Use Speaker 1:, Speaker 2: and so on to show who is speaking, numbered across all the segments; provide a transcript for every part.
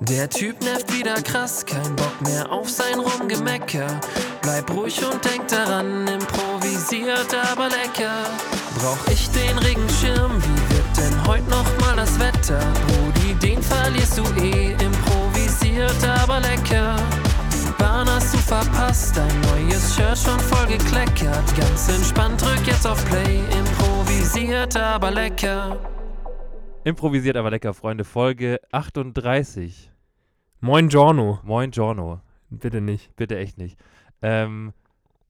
Speaker 1: Der Typ nervt wieder krass, kein Bock mehr auf sein Rumgemecker. Bleib ruhig und denk daran, improvisiert aber lecker. Brauch ich den Regenschirm, wie wird denn heute nochmal das Wetter? Brudi, den verlierst du eh, improvisiert aber lecker. Die Bahn hast du verpasst, dein neues Shirt schon voll gekleckert. Ganz entspannt, drück jetzt auf Play, improvisiert aber lecker.
Speaker 2: Improvisiert aber lecker, Freunde. Folge 38.
Speaker 3: Moin Giorno.
Speaker 2: Moin, Giorno.
Speaker 3: Bitte nicht.
Speaker 2: Bitte echt nicht. Ähm,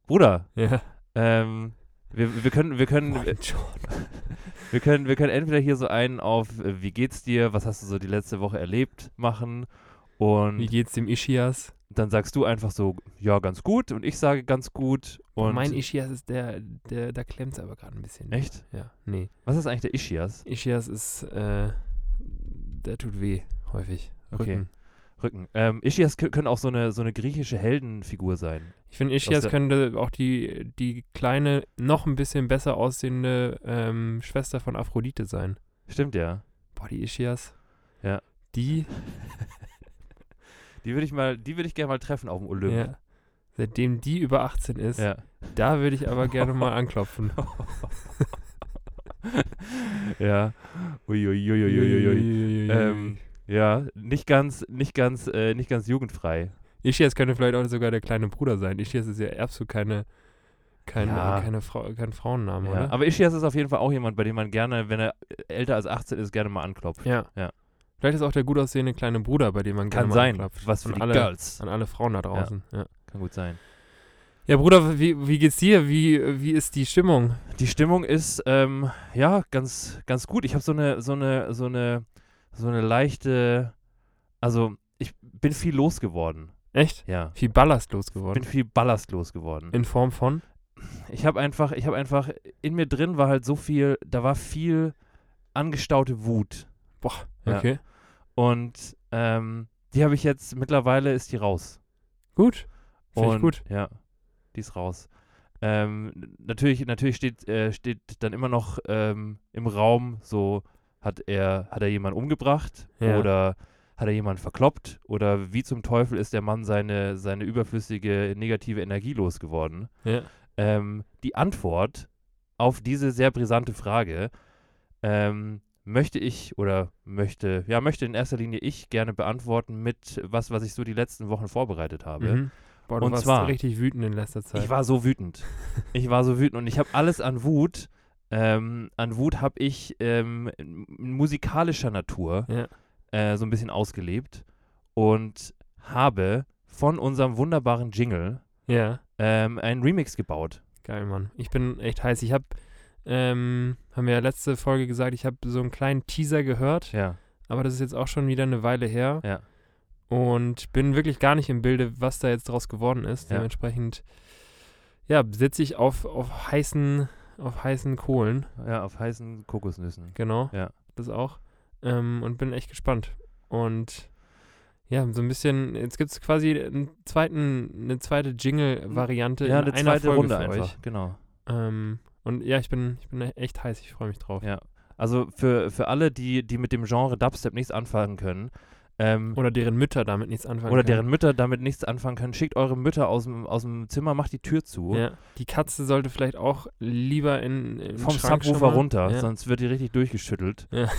Speaker 2: Bruder,
Speaker 3: Ja.
Speaker 2: ähm, wir, wir können, wir können,
Speaker 3: Moin Giorno.
Speaker 2: wir können, wir können entweder hier so einen auf äh, Wie geht's dir? Was hast du so die letzte Woche erlebt? machen
Speaker 3: Wie
Speaker 2: und
Speaker 3: geht's dem Ischias?
Speaker 2: dann sagst du einfach so ja ganz gut und ich sage ganz gut und
Speaker 3: mein Ischias ist der, der da klemmt's aber gerade ein bisschen.
Speaker 2: echt?
Speaker 3: Ja. Nee.
Speaker 2: Was ist eigentlich der Ischias?
Speaker 3: Ischias ist, äh, der tut weh, häufig.
Speaker 2: Okay.
Speaker 3: Rücken.
Speaker 2: Rücken. Ähm, Ischias kö- können auch so eine so eine griechische Heldenfigur sein.
Speaker 3: Ich finde,
Speaker 2: Aus
Speaker 3: Ischias
Speaker 2: der-
Speaker 3: könnte auch die, die kleine, noch ein bisschen besser aussehende ähm, Schwester von Aphrodite sein.
Speaker 2: Stimmt ja.
Speaker 3: Boah, die Ischias.
Speaker 2: Ja.
Speaker 3: Die,
Speaker 2: Die würde ich mal, die würde ich gerne mal treffen auf dem Olymp.
Speaker 3: ja, seitdem die über 18 ist,
Speaker 2: ja.
Speaker 3: da würde ich aber gerne mal anklopfen.
Speaker 2: ja. Uiuiuiuiuiui. Ähm, ja, nicht ganz, nicht ganz, äh, nicht ganz jugendfrei.
Speaker 3: Ischias könnte vielleicht auch sogar der kleine Bruder sein. Ischias ist ja absolut keine, keine,
Speaker 2: Ja.
Speaker 3: keine Frau, kein Frauenname,
Speaker 2: Ja.
Speaker 3: oder?
Speaker 2: Aber Ischias ist auf jeden Fall auch jemand, bei dem man gerne, wenn er älter als 18 ist, gerne mal anklopft.
Speaker 3: Ja.
Speaker 2: Ja.
Speaker 3: Vielleicht ist auch der gut aussehende kleine Bruder, bei dem man
Speaker 2: Kann
Speaker 3: gerne
Speaker 2: sein.
Speaker 3: mal anklopft.
Speaker 2: Was für
Speaker 3: an
Speaker 2: die
Speaker 3: alle,
Speaker 2: Girls.
Speaker 3: An alle Frauen da draußen. Ja, ja.
Speaker 2: Kann gut sein.
Speaker 3: Bruder, wie, wie geht's dir? Wie, wie ist die Stimmung?
Speaker 2: Die Stimmung ist, ähm, ja, ganz, ganz gut. Ich habe so eine, so eine, so eine, so eine leichte, also ich bin viel losgeworden.
Speaker 3: Echt?
Speaker 2: Ja.
Speaker 3: Viel Ballast
Speaker 2: Ich
Speaker 3: losgeworden.
Speaker 2: bin viel Ballast losgeworden.
Speaker 3: In Form von?
Speaker 2: ich habe einfach, ich habe einfach, in mir drin war halt so viel, da war viel angestaute Wut.
Speaker 3: Boah,
Speaker 2: Ja.
Speaker 3: okay.
Speaker 2: Und ähm, die habe ich jetzt, mittlerweile ist die raus.
Speaker 3: Gut. Finde
Speaker 2: Und,
Speaker 3: ich gut.
Speaker 2: Ja, die ist raus. Ähm, n- natürlich, natürlich steht, äh, steht dann immer noch ähm, im Raum so, hat er, hat er jemanden umgebracht
Speaker 3: Ja.
Speaker 2: oder hat er jemanden verkloppt oder wie zum Teufel ist der Mann seine, seine überflüssige negative Energie losgeworden?
Speaker 3: Ja.
Speaker 2: Ähm, die Antwort auf diese sehr brisante Frage ähm, möchte ich oder möchte, ja, möchte in erster Linie ich gerne beantworten mit was, was ich so die letzten Wochen vorbereitet habe.
Speaker 3: Mhm. Boah, du
Speaker 2: Und
Speaker 3: warst
Speaker 2: zwar-
Speaker 3: richtig wütend in letzter Zeit.
Speaker 2: Ich war so wütend. Ich war so wütend und ich habe alles an Wut, ähm, an Wut habe ich ähm, in musikalischer Natur
Speaker 3: Ja.
Speaker 2: äh, so ein bisschen ausgelebt und habe von unserem wunderbaren Jingle
Speaker 3: ja.
Speaker 2: ähm, einen Remix gebaut.
Speaker 3: Geil, Mann. Ich bin echt heiß. Ich habe, ähm, haben wir ja letzte Folge gesagt, ich habe so einen kleinen Teaser gehört,
Speaker 2: Ja,
Speaker 3: aber das ist jetzt auch schon wieder eine Weile her
Speaker 2: ja.
Speaker 3: und bin wirklich gar nicht im Bilde, was da jetzt draus geworden ist.
Speaker 2: Ja.
Speaker 3: Dementsprechend, ja, sitze ich auf, auf heißen, auf heißen Kohlen,
Speaker 2: Ja, auf heißen Kokosnüssen.
Speaker 3: genau.
Speaker 2: Ja.
Speaker 3: Das auch. Ähm, und bin echt gespannt. Und ja, so ein bisschen, jetzt gibt es quasi einen zweiten, eine zweite Jingle-Variante
Speaker 2: Ja,
Speaker 3: in
Speaker 2: eine
Speaker 3: einer
Speaker 2: zweite
Speaker 3: Folge
Speaker 2: Runde
Speaker 3: für
Speaker 2: einfach.
Speaker 3: euch.
Speaker 2: Genau.
Speaker 3: Ähm, und ja, ich bin, ich bin echt heiß, ich freue mich drauf.
Speaker 2: Ja. Also für, für alle, die, die mit dem Genre Dubstep nichts anfangen können, ähm,
Speaker 3: Oder deren Mütter damit nichts anfangen
Speaker 2: oder deren
Speaker 3: können.
Speaker 2: Mütter damit nichts anfangen können, schickt eure Mütter aus dem, aus dem Zimmer, macht die Tür zu.
Speaker 3: Ja. Die Katze sollte vielleicht auch lieber in, in den
Speaker 2: Vom
Speaker 3: Schrank schon
Speaker 2: Subwoofer
Speaker 3: mal.
Speaker 2: runter,
Speaker 3: Ja.
Speaker 2: sonst wird die richtig durchgeschüttelt.
Speaker 3: Ja.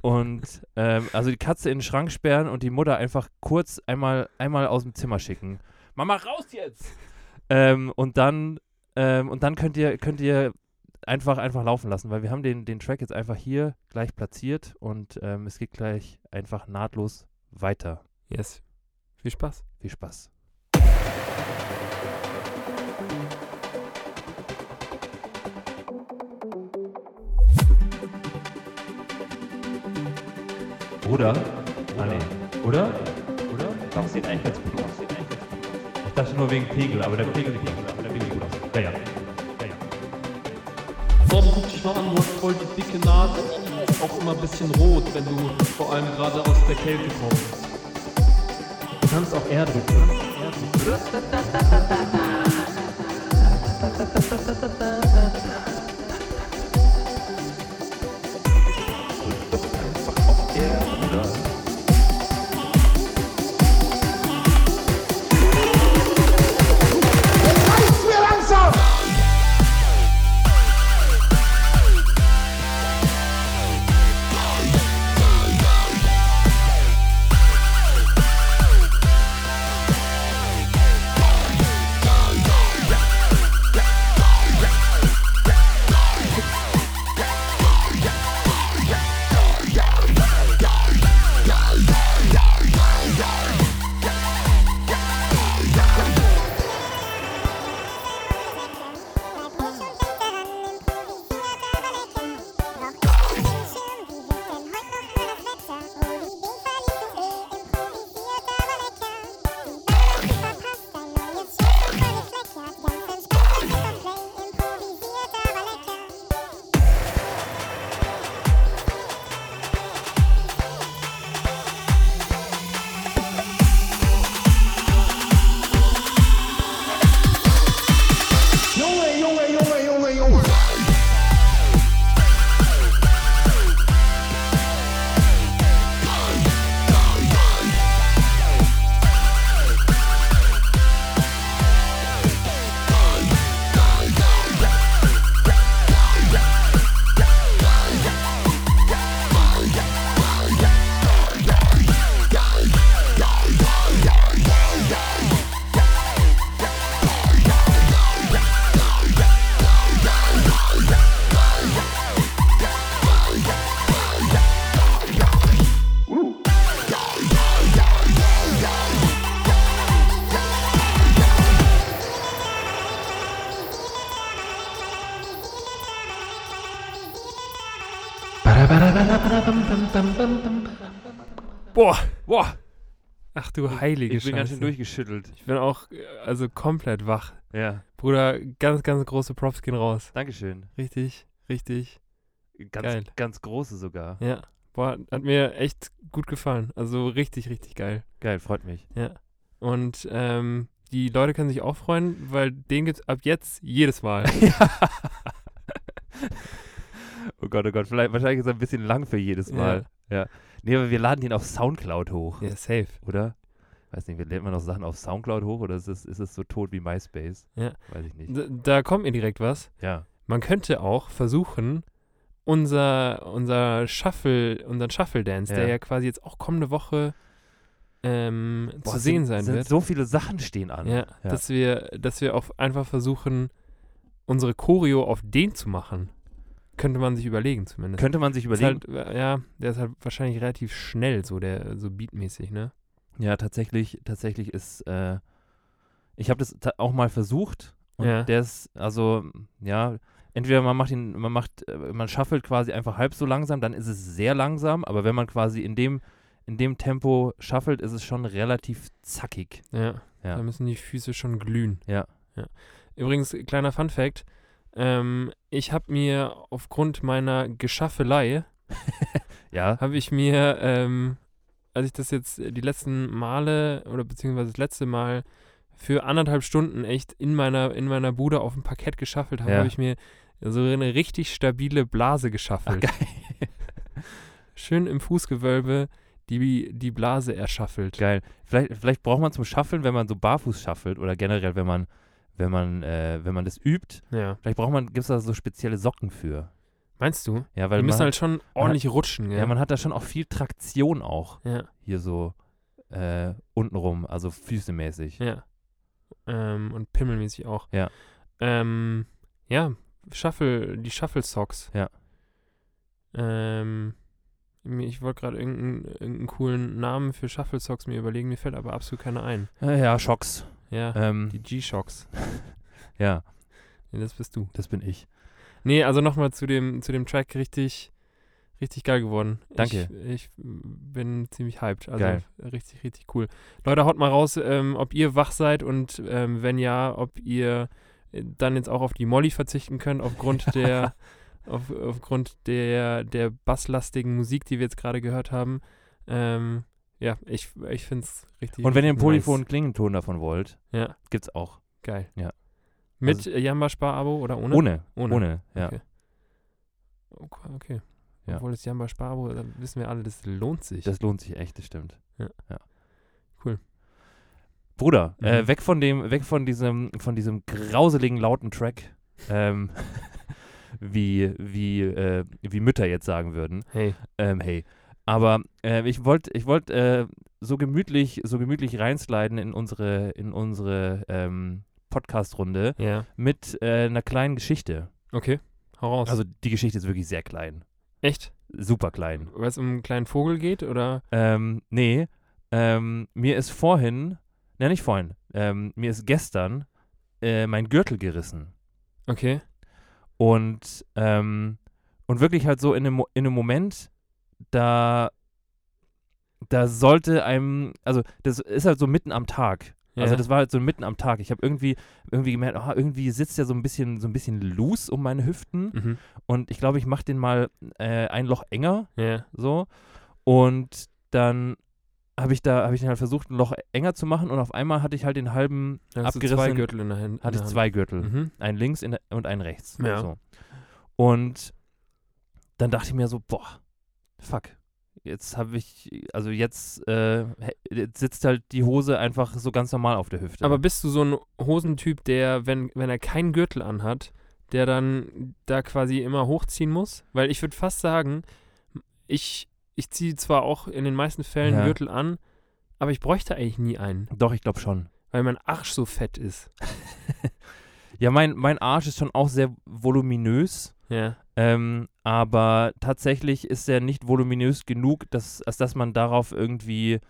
Speaker 2: Und ähm, also die Katze in den Schrank sperren und die Mutter einfach kurz einmal, einmal aus dem Zimmer schicken. Mama, raus jetzt! ähm, und dann, ähm, und dann könnt ihr, könnt ihr einfach, einfach laufen lassen, weil wir haben den, den Track jetzt einfach hier gleich platziert und ähm, es geht gleich einfach nahtlos weiter.
Speaker 3: Yes. Viel Spaß.
Speaker 2: Viel Spaß. Oder? Ah, nee. Oder? Oder? Warum sieht eigentlich ganz gut aus? Ich dachte nur wegen Pegel, aber der Pegel sieht aber der Pegel sieht gut aus. Ja, ja. ja, ja.
Speaker 4: Torben, guck dich mal an, du hast voll die dicke Nase. Auch immer ein bisschen rot, wenn du vor allem gerade aus der Kälte kommst. Du kannst auch R drücken.
Speaker 3: Boah,
Speaker 2: Boah,
Speaker 3: ach du heilige
Speaker 2: ich bin ganz
Speaker 3: Scheiße.
Speaker 2: schön durchgeschüttelt.
Speaker 3: Ich bin auch äh, also komplett wach.
Speaker 2: Ja,
Speaker 3: Bruder, ganz, ganz große Props gehen raus.
Speaker 2: Dankeschön.
Speaker 3: Richtig, richtig.
Speaker 2: Ganz,
Speaker 3: Geil.
Speaker 2: ganz große sogar.
Speaker 3: Ja. Boah, hat mir echt gut gefallen. Also richtig, richtig geil.
Speaker 2: Geil, freut mich.
Speaker 3: Und ähm, die Leute können sich auch freuen, weil den gibt's ab jetzt jedes Mal.
Speaker 2: Oh Gott, oh Gott, vielleicht, wahrscheinlich ist er ein bisschen lang für jedes
Speaker 3: Ja.
Speaker 2: Mal. Ja. Nee, aber wir laden den auf Soundcloud hoch,
Speaker 3: ja, safe.
Speaker 2: oder? Weiß nicht, lädt man noch Sachen auf Soundcloud hoch oder ist es, ist es so tot wie MySpace?
Speaker 3: Ja.
Speaker 2: Weiß ich nicht.
Speaker 3: Da, da kommt mir direkt was.
Speaker 2: Ja.
Speaker 3: Man könnte auch versuchen, unser, unser Shuffle, unseren Shuffle-Dance,
Speaker 2: Ja.
Speaker 3: der ja quasi jetzt auch kommende Woche ähm, zu
Speaker 2: Boah,
Speaker 3: sehen
Speaker 2: sind,
Speaker 3: sein
Speaker 2: sind
Speaker 3: wird.
Speaker 2: So viele Sachen stehen an.
Speaker 3: ja,
Speaker 2: Ja.
Speaker 3: Dass, wir, dass wir auch einfach versuchen, unsere Choreo auf den zu machen. Könnte man sich überlegen zumindest.
Speaker 2: Könnte man sich
Speaker 3: Ist
Speaker 2: überlegen.
Speaker 3: Halt, ja, der ist halt wahrscheinlich relativ schnell, so der so beatmäßig, ne?
Speaker 2: Ja, tatsächlich, tatsächlich ist, äh, ich habe das ta- auch mal versucht und
Speaker 3: Ja.
Speaker 2: der ist, also, ja, entweder man macht ihn, man macht, äh, man schaffelt quasi einfach halb so langsam, dann ist es sehr langsam, aber wenn man quasi in dem, in dem Tempo schaffelt, ist es schon relativ zackig.
Speaker 3: Ja.
Speaker 2: Ja.
Speaker 3: Da müssen die Füße schon glühen.
Speaker 2: Ja.
Speaker 3: ja. Übrigens, kleiner Fun Fact. Ähm, ich habe mir aufgrund meiner Geschaffelei,
Speaker 2: Ja,
Speaker 3: habe ich mir, ähm, als ich das jetzt die letzten Male oder beziehungsweise das letzte Mal für anderthalb Stunden echt in meiner, in meiner Bude auf dem Parkett geschaffelt habe,
Speaker 2: Ja.
Speaker 3: habe ich mir so eine richtig stabile Blase geschaffelt. Schön im Fußgewölbe die, die Blase erschaffelt.
Speaker 2: geil. Vielleicht, vielleicht braucht man zum Schaffeln, wenn man so barfuß schaffelt oder generell, wenn man, wenn man, äh, wenn man das übt,
Speaker 3: Ja.
Speaker 2: vielleicht braucht man, gibt es da so spezielle Socken für.
Speaker 3: Meinst du?
Speaker 2: Ja,
Speaker 3: Die
Speaker 2: weil man,
Speaker 3: müssen halt schon
Speaker 2: hat-
Speaker 3: ordentlich rutschen,
Speaker 2: ja.
Speaker 3: gell?
Speaker 2: man hat da schon auch viel Traktion auch.
Speaker 3: Ja,
Speaker 2: hier so äh, untenrum, also füßemäßig.
Speaker 3: ja. Ähm, und pimmelmäßig auch.
Speaker 2: Ja.
Speaker 3: Ähm, ja, Shuffle, die Shuffle-Socks.
Speaker 2: Ja.
Speaker 3: Ähm, mir- ich wollte gerade irgendeinen, irgendeinen coolen Namen für Shuffle-Socks mir überlegen, mir fällt aber absolut keiner ein.
Speaker 2: Äh, ja, Schocks.
Speaker 3: Ja,
Speaker 2: Ähm,
Speaker 3: die G-Shocks.
Speaker 2: ja,
Speaker 3: Nee, das bist du.
Speaker 2: das bin ich.
Speaker 3: Nee, also nochmal zu dem, zu dem Track richtig, richtig geil geworden.
Speaker 2: Danke.
Speaker 3: Ich, ich bin ziemlich hyped. Also
Speaker 2: Geil.
Speaker 3: richtig, richtig cool. Leute, haut mal raus, ähm, ob ihr wach seid und ähm, wenn ja, ob ihr äh, dann jetzt auch auf die Molly verzichten könnt, aufgrund der, auf, aufgrund der, der basslastigen Musik, die wir jetzt gerade gehört haben. Ähm, ja, ich, ich finde es richtig.
Speaker 2: Und wenn ihr einen
Speaker 3: richtig
Speaker 2: polyphonen Klingenton davon wollt,
Speaker 3: Nice. Ja,
Speaker 2: gibt's auch.
Speaker 3: geil.
Speaker 2: Ja.
Speaker 3: Mit
Speaker 2: Also-
Speaker 3: also, Jamba-Spar-Abo oder ohne?
Speaker 2: Ohne. Ohne,
Speaker 3: Ohne.
Speaker 2: ja.
Speaker 3: Okay. Oh, Okay. okay.
Speaker 2: Ja.
Speaker 3: Obwohl es Jamba Sparbo, dann wissen wir alle, das lohnt sich.
Speaker 2: Das lohnt sich echt, das stimmt.
Speaker 3: Ja. Cool.
Speaker 2: Bruder, äh,
Speaker 3: Mhm.
Speaker 2: weg von dem, weg von diesem, von diesem grauseligen lauten Track, ähm, wie, wie, äh, wie Mütter jetzt sagen würden.
Speaker 3: hey.
Speaker 2: Ähm, hey. Aber äh, ich wollte ich wollt, äh, so gemütlich, so gemütlich reinsliden in unsere, in unsere ähm, Podcast-Runde
Speaker 3: Ja.
Speaker 2: mit äh, einer kleinen Geschichte.
Speaker 3: Okay. Hau raus.
Speaker 2: Also die Geschichte ist wirklich sehr klein.
Speaker 3: echt?
Speaker 2: Super klein.
Speaker 3: Weil es um einen kleinen Vogel geht oder?
Speaker 2: Ähm, nee, ähm, mir ist vorhin, ne, nicht vorhin, ähm, mir ist gestern äh, mein Gürtel gerissen.
Speaker 3: Okay.
Speaker 2: Und, ähm, und wirklich halt so in einem, Mo- in einem Moment, da, da sollte einem, also das ist halt so mitten am Tag. Also
Speaker 3: Ja.
Speaker 2: das war halt so mitten am Tag. Ich habe irgendwie, irgendwie gemerkt, oh, irgendwie sitzt ja so ein bisschen, so ein bisschen loose um meine Hüften.
Speaker 3: Mhm.
Speaker 2: Und ich glaube, ich mache den mal äh, ein Loch enger,
Speaker 3: Ja.
Speaker 2: so. Und dann habe ich da, habe ich den halt versucht, ein Loch enger zu machen und auf einmal hatte ich halt den halben,
Speaker 3: Dann hast du zwei
Speaker 2: Abgerissenen-
Speaker 3: Gürtel in der Hand.
Speaker 2: hatte
Speaker 3: in
Speaker 2: ich
Speaker 3: der
Speaker 2: zwei Gürtel
Speaker 3: Hand. Mhm.
Speaker 2: einen links in, und einen rechts.
Speaker 3: Ja.
Speaker 2: So. Und dann dachte ich mir so, boah, fuck. Jetzt habe ich, also jetzt, äh, hä- jetzt sitzt halt die Hose einfach so ganz normal auf der Hüfte.
Speaker 3: Aber bist du so ein Hosentyp, der, wenn, wenn er keinen Gürtel anhat, der dann da quasi immer hochziehen muss? Weil ich würde fast sagen, ich, ich ziehe zwar auch in den meisten Fällen
Speaker 2: Ja.
Speaker 3: Gürtel an, aber ich bräuchte eigentlich nie einen,
Speaker 2: Doch, ich glaube schon.
Speaker 3: weil mein Arsch so fett ist.
Speaker 2: Ja, mein, mein Arsch ist schon auch sehr voluminös,
Speaker 3: Ja.
Speaker 2: ähm, aber tatsächlich ist er nicht voluminös genug, dass, als dass man darauf irgendwie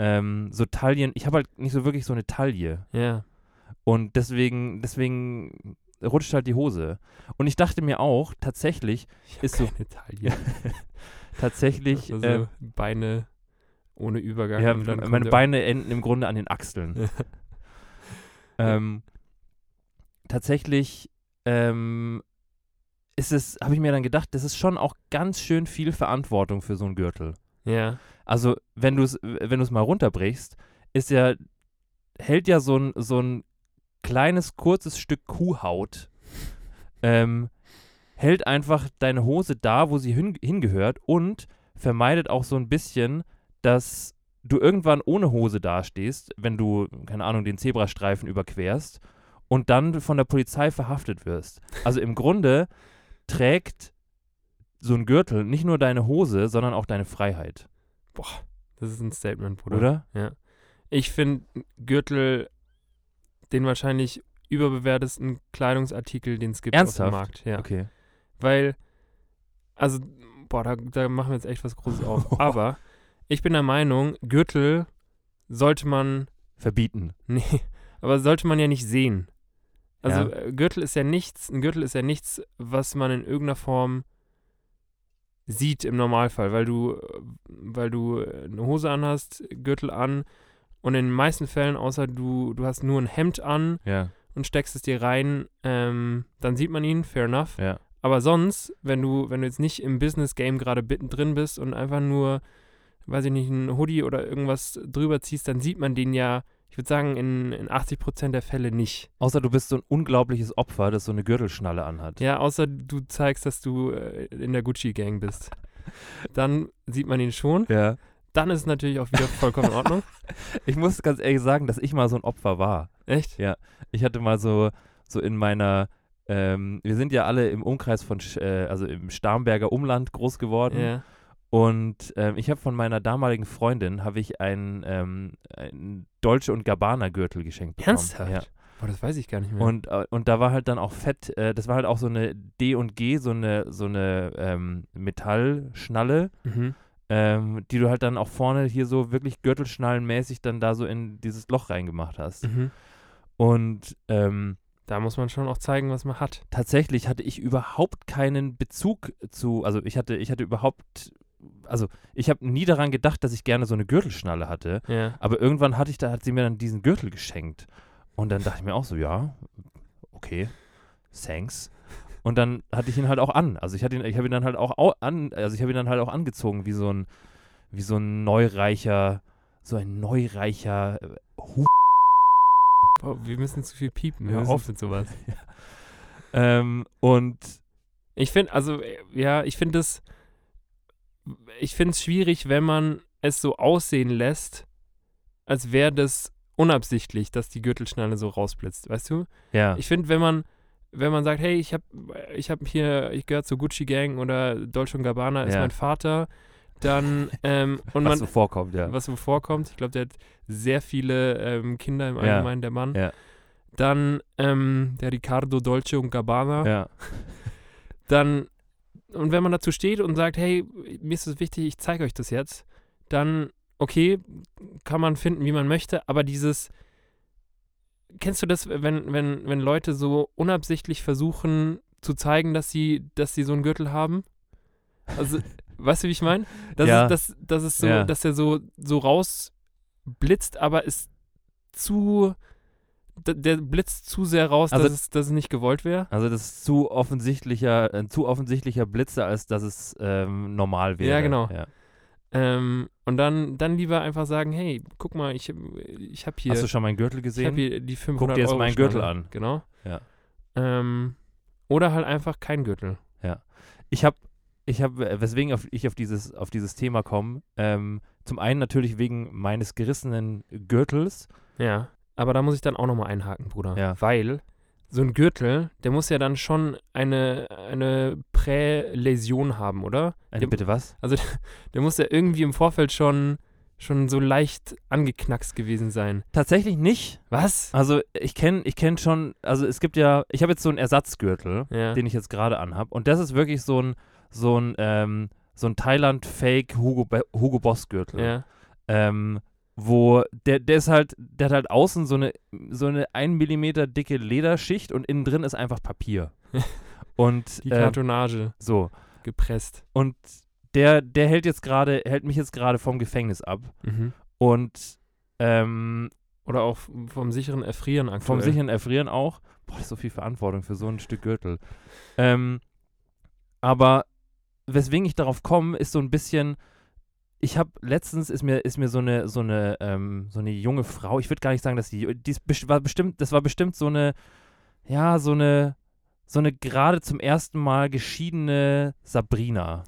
Speaker 2: ähm, so Taillen, ich habe halt nicht so wirklich so eine Taille.
Speaker 3: Ja,
Speaker 2: Und deswegen, deswegen rutscht halt die Hose. Und ich dachte mir auch, tatsächlich,
Speaker 3: Ich
Speaker 2: Ist
Speaker 3: ist
Speaker 2: so.
Speaker 3: so. Italien.
Speaker 2: tatsächlich,
Speaker 3: also
Speaker 2: äh,
Speaker 3: Beine ohne Übergang.
Speaker 2: ja,
Speaker 3: und dann kommt
Speaker 2: meine
Speaker 3: der-
Speaker 2: Beine enden im Grunde an den Achseln. ähm, tatsächlich ähm, ist es, habe ich mir dann gedacht, das ist schon auch ganz schön viel Verantwortung für so einen Gürtel.
Speaker 3: Ja,
Speaker 2: Also wenn du es, wenn du es mal runterbrichst, ist ja hält ja so ein so ein kleines kurzes Stück Kuhhaut ähm, hält einfach deine Hose da, wo sie hin, hingehört und vermeidet auch so ein bisschen, dass du irgendwann ohne Hose dastehst, wenn du keine Ahnung den Zebrastreifen überquerst und dann von der Polizei verhaftet wirst. Also im Grunde trägt so ein Gürtel nicht nur deine Hose, sondern auch deine Freiheit.
Speaker 3: das ist ein Statement, Bruder.
Speaker 2: Oder?
Speaker 3: Ich finde Gürtel den wahrscheinlich überbewertesten Kleidungsartikel, den es gibt
Speaker 2: Ernsthaft?
Speaker 3: auf dem Markt. Ja.
Speaker 2: Okay.
Speaker 3: Weil, also, boah, da, da machen wir jetzt echt was Großes auf. Aber ich bin der Meinung, Gürtel sollte man,
Speaker 2: Verbieten.
Speaker 3: nee, aber sollte man ja nicht sehen. Also
Speaker 2: Ja.
Speaker 3: äh, Gürtel ist ja nichts, ein Gürtel ist ja nichts, was man in irgendeiner Form sieht im Normalfall, weil du, äh, weil du äh, eine Hose anhast, Gürtel an und in den meisten Fällen, außer du, du hast nur ein Hemd an
Speaker 2: Ja,
Speaker 3: und steckst es dir rein, ähm, dann sieht man ihn, fair enough.
Speaker 2: ja.
Speaker 3: Aber sonst, wenn du, wenn du jetzt nicht im Business-Game gerade bitten drin bist und einfach nur, weiß ich nicht, ein Hoodie oder irgendwas drüber ziehst, dann sieht man den ja, ich würde sagen, in, in 80% der Fälle nicht.
Speaker 2: Außer du bist so ein unglaubliches Opfer, das so eine Gürtelschnalle anhat.
Speaker 3: Ja, außer du zeigst, dass du äh, in der Gucci-Gang bist. Dann sieht man ihn schon.
Speaker 2: Ja.
Speaker 3: Dann ist es natürlich auch wieder vollkommen in Ordnung.
Speaker 2: Ich muss ganz ehrlich sagen, dass ich mal so ein Opfer war.
Speaker 3: Echt?
Speaker 2: Ich hatte mal so, so in meiner, ähm, wir sind ja alle im Umkreis von, Sch- äh, also im Starnberger Umland groß geworden.
Speaker 3: Ja.
Speaker 2: Und ähm, ich habe von meiner damaligen Freundin, habe ich einen, ähm, einen Dolce und Gabbana Gürtel geschenkt bekommen.
Speaker 3: Ernsthaft?
Speaker 2: Ja.
Speaker 3: Boah, das weiß ich gar nicht mehr.
Speaker 2: Und, äh, und da war halt dann auch Fett, äh, das war halt auch so eine D und G, so eine, so eine ähm, Metallschnalle,
Speaker 3: mhm.
Speaker 2: ähm, die du halt dann auch vorne hier so wirklich gürtelschnallenmäßig dann da so in dieses Loch reingemacht hast.
Speaker 3: Mhm.
Speaker 2: Und ähm,
Speaker 3: Da muss man schon auch zeigen, was man hat.
Speaker 2: tatsächlich hatte ich überhaupt keinen Bezug zu, also ich hatte, ich hatte überhaupt, also ich habe nie daran gedacht, dass ich gerne so eine Gürtelschnalle hatte.
Speaker 3: Ja.
Speaker 2: Aber irgendwann hatte ich da, hat sie mir dann diesen Gürtel geschenkt. Und dann dachte ich mir auch so, ja, okay, thanks. Und dann hatte ich ihn halt auch an. Also ich hatte ihn, ich habe ihn dann halt auch au- an, also ich habe ihn dann halt auch angezogen, wie so ein, wie so ein neureicher, so ein neureicher äh, Hu.
Speaker 3: Boah, wir müssen zu viel piepen. Wir
Speaker 2: Hör
Speaker 3: müssen
Speaker 2: auf.
Speaker 3: mit sowas.
Speaker 2: Ähm, und
Speaker 3: Ich finde, also, äh, ja, ich finde es, ich finde es schwierig, wenn man es so aussehen lässt, als wäre das unabsichtlich, dass die Gürtelschnalle so rausblitzt, weißt du?
Speaker 2: ja,
Speaker 3: Ich finde, wenn man, wenn man sagt, hey, ich habe ich hab hier, ich gehöre zur Gucci Gang oder Dolce Gabbana ist
Speaker 2: Ja.
Speaker 3: mein Vater, dann, ähm, und
Speaker 2: was
Speaker 3: man,
Speaker 2: so vorkommt, ja.
Speaker 3: was so vorkommt. Ich glaube, der hat sehr viele ähm, Kinder im
Speaker 2: Ja.
Speaker 3: Allgemeinen, der Mann.
Speaker 2: Ja.
Speaker 3: Dann ähm, der Riccardo Dolce und Gabbana
Speaker 2: ja.
Speaker 3: dann, und wenn man dazu steht und sagt, hey, mir ist das wichtig, ich zeige euch das jetzt, dann, okay, kann man finden, wie man möchte, aber dieses, kennst du das, wenn, wenn, wenn Leute so unabsichtlich versuchen zu zeigen, dass sie, dass sie so einen Gürtel haben? Also, weißt du, wie ich meine? Das
Speaker 2: Ja.
Speaker 3: ist, das, das ist so,
Speaker 2: Ja.
Speaker 3: dass er so, so rausblitzt, aber ist zu, d- der blitzt zu sehr raus,
Speaker 2: Also-
Speaker 3: dass, es, dass es nicht gewollt wäre.
Speaker 2: Also das ist zu offensichtlicher, ein zu offensichtlicher Blitzer, als dass es ähm, normal wäre.
Speaker 3: Ja, genau.
Speaker 2: Ja.
Speaker 3: Ähm, und dann, dann lieber einfach sagen, hey, guck mal, ich, ich habe hier,
Speaker 2: Hast du schon meinen Gürtel
Speaker 3: ich
Speaker 2: gesehen?
Speaker 3: hab hier die 500
Speaker 2: dir jetzt
Speaker 3: Euro
Speaker 2: meinen Gürtel
Speaker 3: Schnalle.
Speaker 2: an.
Speaker 3: Genau.
Speaker 2: Ja.
Speaker 3: Ähm, oder halt einfach kein Gürtel.
Speaker 2: ich habe, ich habe, weswegen auf, ich auf dieses, auf dieses Thema komme, ähm, zum einen natürlich wegen meines gerissenen Gürtels.
Speaker 3: Ja. Aber da muss ich dann auch nochmal einhaken, Bruder.
Speaker 2: Ja.
Speaker 3: Weil so ein Gürtel, der muss ja dann schon eine, eine Präläsion haben, oder?
Speaker 2: Eine,
Speaker 3: Dem-
Speaker 2: bitte was?
Speaker 3: Der muss ja irgendwie im Vorfeld schon, schon so leicht angeknackst gewesen sein.
Speaker 2: Tatsächlich nicht.
Speaker 3: Was?
Speaker 2: Also ich kenne, ich kenne schon, also es gibt ja, ich habe jetzt so einen Ersatzgürtel,
Speaker 3: Ja.
Speaker 2: den ich jetzt gerade anhab. Und das ist wirklich so ein, so ein, ähm, so ein Thailand-Fake Hugo, Be- Hugo Boss-Gürtel.
Speaker 3: ja.
Speaker 2: Ähm, wo der, der ist halt, der hat halt außen so eine, so eine 1 mm dicke Lederschicht und innen drin ist einfach Papier. und
Speaker 3: Die
Speaker 2: äh,
Speaker 3: Kartonage
Speaker 2: so.
Speaker 3: gepresst.
Speaker 2: Und der, der hält jetzt gerade, hält mich jetzt gerade vom Gefängnis ab. Und ähm,
Speaker 3: Oder auch vom sicheren Erfrieren aktuell.
Speaker 2: vom sicheren Erfrieren auch. Boah, das ist so viel Verantwortung für so ein Stück Gürtel. Ähm, aber weswegen ich darauf komme, ist so ein bisschen. Ich habe letztens ist mir ist mir so eine so eine ähm, so eine junge Frau. Ich würde gar nicht sagen, dass die die ist best- war bestimmt das war bestimmt so eine ja so eine so eine gerade zum ersten Mal geschiedene Sabrina.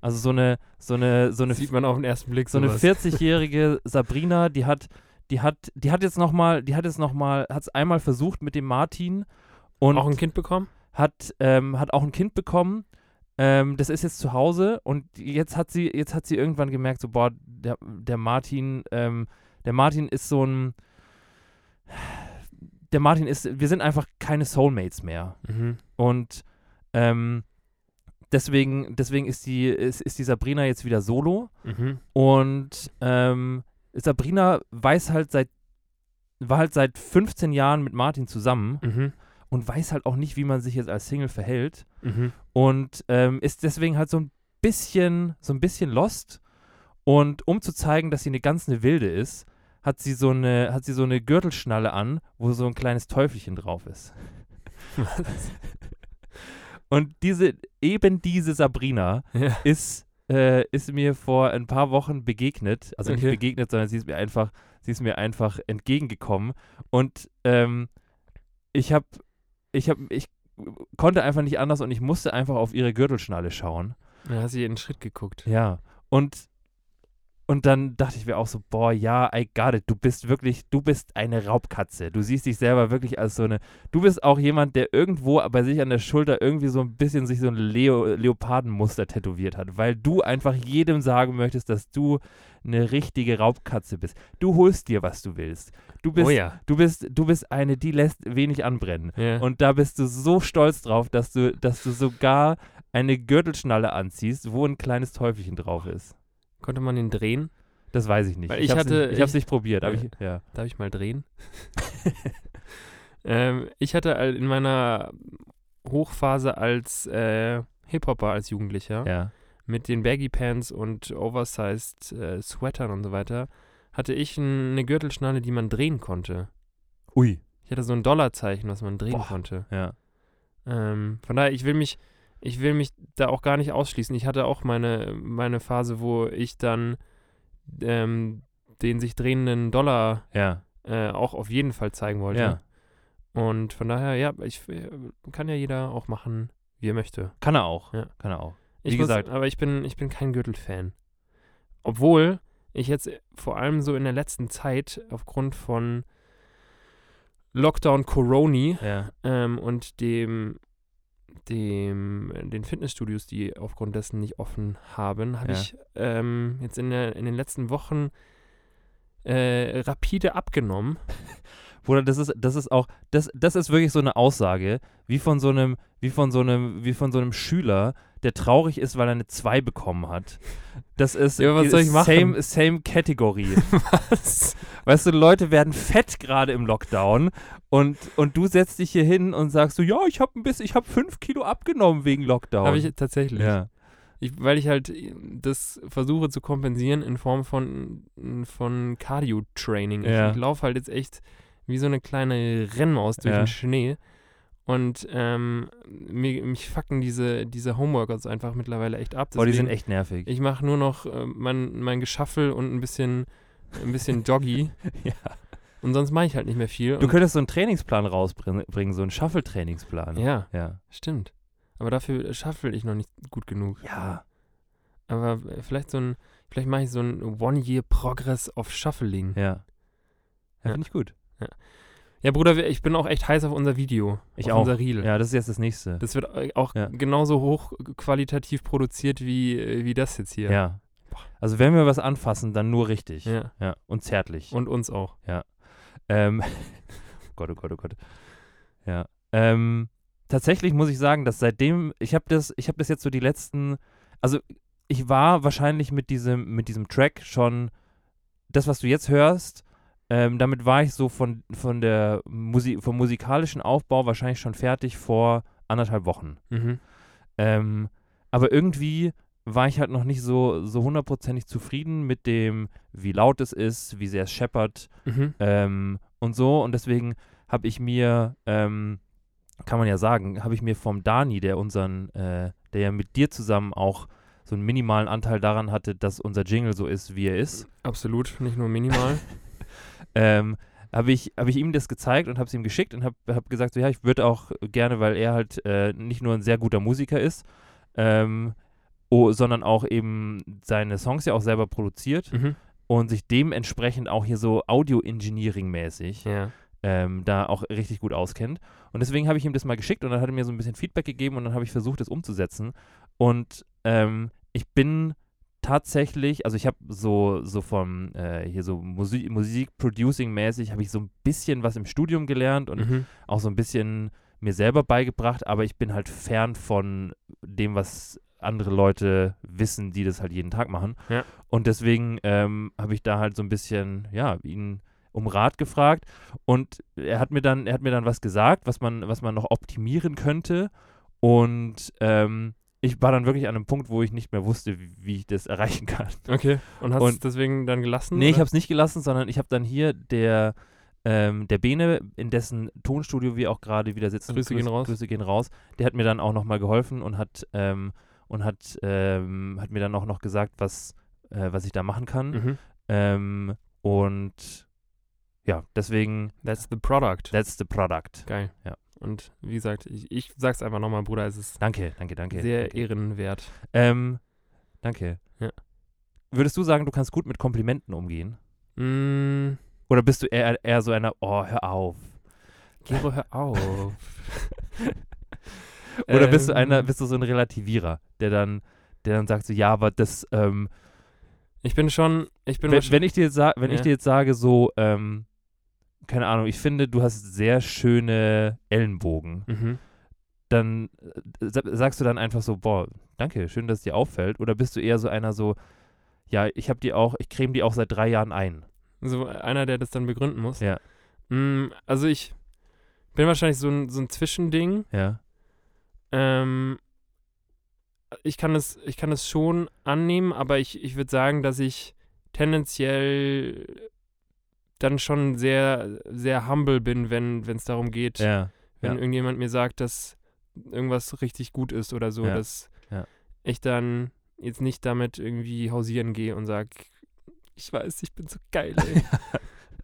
Speaker 2: Also so eine so eine so eine
Speaker 3: Sieht man auf den ersten Blick
Speaker 2: so eine
Speaker 3: sowas.
Speaker 2: 40-jährige Sabrina, die hat, die hat, die hat jetzt nochmal, die hat jetzt nochmal, hat es einmal versucht mit dem Martin und
Speaker 3: Auch ein Kind bekommen?
Speaker 2: hat, ähm, hat auch ein Kind bekommen. Ähm, das ist jetzt zu Hause und jetzt hat sie, jetzt hat sie irgendwann gemerkt, so, boah, der, der Martin, ähm, der Martin ist so ein, der Martin ist, wir sind einfach keine Soulmates mehr. Und ähm, deswegen, deswegen ist die, ist, ist die Sabrina jetzt wieder solo.
Speaker 3: Mhm.
Speaker 2: Und ähm, Sabrina weiß halt seit, war halt seit 15 Jahren mit Martin zusammen und weiß halt auch nicht, wie man sich jetzt als Single verhält. Und ähm, ist deswegen halt so ein bisschen, so ein bisschen lost. Und um zu zeigen, dass sie eine ganz eine Wilde ist, hat sie so eine, hat sie so eine Gürtelschnalle an, wo so ein kleines Teufelchen drauf ist. Und diese, eben diese Sabrina
Speaker 3: Ja.
Speaker 2: ist, äh, ist mir vor ein paar Wochen begegnet. Also nicht
Speaker 3: Okay.
Speaker 2: begegnet, sondern sie ist mir einfach, sie ist mir einfach entgegengekommen. Und ähm, ich habe, ich habe, ich konnte einfach nicht anders und ich musste einfach auf ihre Gürtelschnalle schauen.
Speaker 3: Da hast du jeden Schritt geguckt.
Speaker 2: Ja. Und und dann dachte ich mir auch so, boah, ja, I got it. Du bist wirklich, du bist eine Raubkatze. Du siehst dich selber wirklich als so eine, du bist auch jemand, der irgendwo bei sich an der Schulter irgendwie so ein bisschen sich so ein Leo, Leopardenmuster tätowiert hat, weil du einfach jedem sagen möchtest, dass du eine richtige Raubkatze bist. Du holst dir, was du willst. Du bist,
Speaker 3: oh ja.
Speaker 2: du bist, du bist eine, die lässt wenig anbrennen.
Speaker 3: ja.
Speaker 2: Und da bist du so stolz drauf, dass du, dass du sogar eine Gürtelschnalle anziehst, wo ein kleines Teufelchen drauf ist.
Speaker 3: Konnte man den drehen?
Speaker 2: Das weiß ich nicht.
Speaker 3: Weil ich
Speaker 2: hab's
Speaker 3: hatte-
Speaker 2: nicht, ich hab's
Speaker 3: ich- äh,
Speaker 2: nicht probiert, aber
Speaker 3: Ja.
Speaker 2: ich, ja.
Speaker 3: Darf ich mal drehen? ähm, ich hatte all- in meiner Hochphase als äh, Hip-Hopper, als Jugendlicher,
Speaker 2: ja.
Speaker 3: mit den Baggy Pants und Oversized äh, Sweatern und so weiter, hatte ich n- eine Gürtelschnalle, die man drehen konnte.
Speaker 2: Ui.
Speaker 3: Ich hatte so ein Dollarzeichen, was man drehen
Speaker 2: Boah.
Speaker 3: konnte.
Speaker 2: Ja.
Speaker 3: Ähm, von daher, ich will mich, ich will mich da auch gar nicht ausschließen. Ich hatte auch meine, meine Phase, wo ich dann ähm, den sich drehenden Dollar
Speaker 2: Ja.
Speaker 3: äh, auch auf jeden Fall zeigen wollte.
Speaker 2: ja.
Speaker 3: Und von daher, ja, ich äh, kann ja jeder auch machen, wie er möchte.
Speaker 2: Kann er auch.
Speaker 3: Ja.
Speaker 2: Kann er auch.
Speaker 3: Ich
Speaker 2: Wie gesagt-
Speaker 3: muss, aber ich bin, ich bin kein Gürtelfan. Obwohl ich jetzt äh, vor allem so in der letzten Zeit aufgrund von Lockdown Coroni
Speaker 2: Ja.
Speaker 3: ähm, und dem, dem, äh, den Fitnessstudios, die aufgrund dessen nicht offen haben, habe
Speaker 2: Ja.
Speaker 3: ich ähm, jetzt in, der, in den letzten Wochen äh, rapide abgenommen.
Speaker 2: Bruder, das ist, das ist auch, das, das ist wirklich so eine Aussage, wie von so einem, wie von so einem, wie von so einem Schüler, der traurig ist, weil er eine 2 bekommen hat. Das ist
Speaker 3: Ja, was
Speaker 2: die
Speaker 3: soll ich machen?
Speaker 2: same, same Category. Weißt du, Leute werden fett gerade im Lockdown und, und du setzt dich hier hin und sagst so, ja, ich habe ein bisschen, ich habe fünf Kilo abgenommen wegen Lockdown.
Speaker 3: Habe ich tatsächlich.
Speaker 2: ja.
Speaker 3: Ich, weil ich halt äh, das versuche zu kompensieren in Form von, von Cardio-Training.
Speaker 2: Ja.
Speaker 3: Ich, ich laufe halt jetzt echt wie so eine kleine Rennmaus durch
Speaker 2: Ja.
Speaker 3: den Schnee. Und ähm, mir, mich fucken diese, diese Homeworkouts einfach mittlerweile echt ab.
Speaker 2: Boah, die sind
Speaker 3: Deswegen-
Speaker 2: echt nervig.
Speaker 3: Ich mache nur noch äh, mein, mein Geschaffel und ein bisschen, ein bisschen Doggy.
Speaker 2: Ja.
Speaker 3: Und sonst mache ich halt nicht mehr viel.
Speaker 2: Du
Speaker 3: und,
Speaker 2: könntest so einen Trainingsplan rausbringen, so einen Shuffle-Trainingsplan.
Speaker 3: ja,
Speaker 2: Ja.
Speaker 3: stimmt. Aber dafür schaffel ich noch nicht gut genug.
Speaker 2: Ja.
Speaker 3: Aber äh, vielleicht so ein, vielleicht mache ich so ein One-Year-Progress auf Shuffling. Ja.
Speaker 2: Ja. ja
Speaker 3: Ja.
Speaker 2: Finde ich gut.
Speaker 3: Bruder, wir- ich bin auch echt heiß auf unser Video.
Speaker 2: Ich
Speaker 3: auf
Speaker 2: auch.
Speaker 3: unser Reel.
Speaker 2: Ja, das ist jetzt das nächste.
Speaker 3: Das wird äh, auch
Speaker 2: Ja.
Speaker 3: genauso hochqualitativ produziert wie, äh, wie das jetzt hier.
Speaker 2: ja. Also wenn wir was anfassen, dann nur richtig. Ja.
Speaker 3: Ja.
Speaker 2: Und zärtlich.
Speaker 3: Und uns auch.
Speaker 2: ähm, oh Gott, oh Gott, oh Gott. Ja. Ähm, tatsächlich muss ich sagen, dass seitdem, ich habe das, ich habe das jetzt so die letzten, also ich war wahrscheinlich mit diesem, mit diesem Track schon das, was du jetzt hörst, ähm, damit war ich so von, von der Musi vom musikalischen Aufbau wahrscheinlich schon fertig vor anderthalb Wochen.
Speaker 3: Mhm.
Speaker 2: Ähm, aber irgendwie war ich halt noch nicht so, so hundertprozentig zufrieden mit dem, wie laut es ist, wie sehr es scheppert
Speaker 3: Mhm.
Speaker 2: ähm, und so. Und deswegen habe ich mir, ähm, kann man ja sagen, habe ich mir vom Dani, der unseren, äh, der ja mit dir zusammen auch so einen minimalen Anteil daran hatte, dass unser Jingle so ist, wie er ist,
Speaker 3: Absolut, nicht nur minimal.
Speaker 2: ähm, habe ich, hab ich ihm das gezeigt und habe es ihm geschickt und habe hab gesagt, so, ja, ich würde auch gerne, weil er halt äh, nicht nur ein sehr guter Musiker ist, ähm, oh, sondern auch eben seine Songs ja auch selber produziert
Speaker 3: mhm.
Speaker 2: und sich dementsprechend auch hier so Audio-Engineering-mäßig
Speaker 3: Ja.
Speaker 2: ähm, da auch richtig gut auskennt. Und deswegen habe ich ihm das mal geschickt und dann hat er mir so ein bisschen Feedback gegeben und dann habe ich versucht, das umzusetzen. Und ähm, ich bin tatsächlich, also ich habe so, so vom, äh, hier so Musi Musik-Producing-mäßig, habe ich so ein bisschen was im Studium gelernt und
Speaker 3: Mhm.
Speaker 2: auch so ein bisschen mir selber beigebracht, aber ich bin halt fern von dem, was andere Leute wissen, die das halt jeden Tag machen.
Speaker 3: Ja.
Speaker 2: Und deswegen ähm, habe ich da halt so ein bisschen, ja, ihn um Rat gefragt und er hat mir dann, er hat mir dann was gesagt, was man, was man noch optimieren könnte und ähm, ich war dann wirklich an einem Punkt, wo ich nicht mehr wusste, wie, wie ich das erreichen kann.
Speaker 3: Okay. Und hast du
Speaker 2: Und-
Speaker 3: es deswegen dann gelassen?
Speaker 2: Nee, ich
Speaker 3: oder?
Speaker 2: habe es nicht gelassen, sondern ich habe dann hier der, ähm, der Bene, in dessen Tonstudio wir auch gerade wieder sitzen.
Speaker 3: Grüße gehen raus.
Speaker 2: Grüße gehen raus. Der hat mir dann auch nochmal geholfen und hat, ähm, und hat, ähm, hat mir dann auch noch gesagt, was, äh, was ich da machen kann.
Speaker 3: Mhm.
Speaker 2: Ähm, und ja, deswegen,
Speaker 3: That's the product.
Speaker 2: that's the product.
Speaker 3: Geil.
Speaker 2: Ja.
Speaker 3: Und wie gesagt, ich, ich sag's einfach nochmal, Bruder, es ist
Speaker 2: Danke, danke, danke.
Speaker 3: sehr
Speaker 2: danke.
Speaker 3: ehrenwert.
Speaker 2: Ähm, danke.
Speaker 3: Ja.
Speaker 2: Würdest du sagen, du kannst gut mit Komplimenten umgehen?
Speaker 3: Mm,
Speaker 2: Oder bist du eher, eher so einer, oh, hör auf?
Speaker 3: Gero, hör auf.
Speaker 2: Oder bist du
Speaker 3: Ähm,
Speaker 2: einer, bist du so ein Relativierer, der dann, der dann sagt so, ja, aber das, ähm,
Speaker 3: Ich bin schon, ich bin
Speaker 2: wenn, wenn ich dir jetzt sa- wenn ich
Speaker 3: Ja.
Speaker 2: dir jetzt sage, so, ähm, keine Ahnung, ich finde, du hast sehr schöne Ellenbogen,
Speaker 3: Mhm.
Speaker 2: dann äh, sa- sagst du dann einfach so, boah, danke, schön, dass es dir auffällt. Oder bist du eher so einer so, ja, ich habe die auch, ich creme die auch seit drei Jahren ein.
Speaker 3: So einer, der das dann begründen muss.
Speaker 2: Ja.
Speaker 3: Mm, also ich bin wahrscheinlich so ein, so ein Zwischending.
Speaker 2: Ja.
Speaker 3: Ähm, ich kann es, ich kann es schon annehmen, aber ich, ich würde sagen, dass ich tendenziell dann schon sehr, sehr humble bin, wenn es darum geht,
Speaker 2: Ja.
Speaker 3: wenn
Speaker 2: ja.
Speaker 3: irgendjemand mir sagt, dass irgendwas richtig gut ist oder so,
Speaker 2: Ja,
Speaker 3: dass
Speaker 2: ja.
Speaker 3: ich dann jetzt nicht damit irgendwie hausieren gehe und sage, ich weiß, ich bin so geil, ey.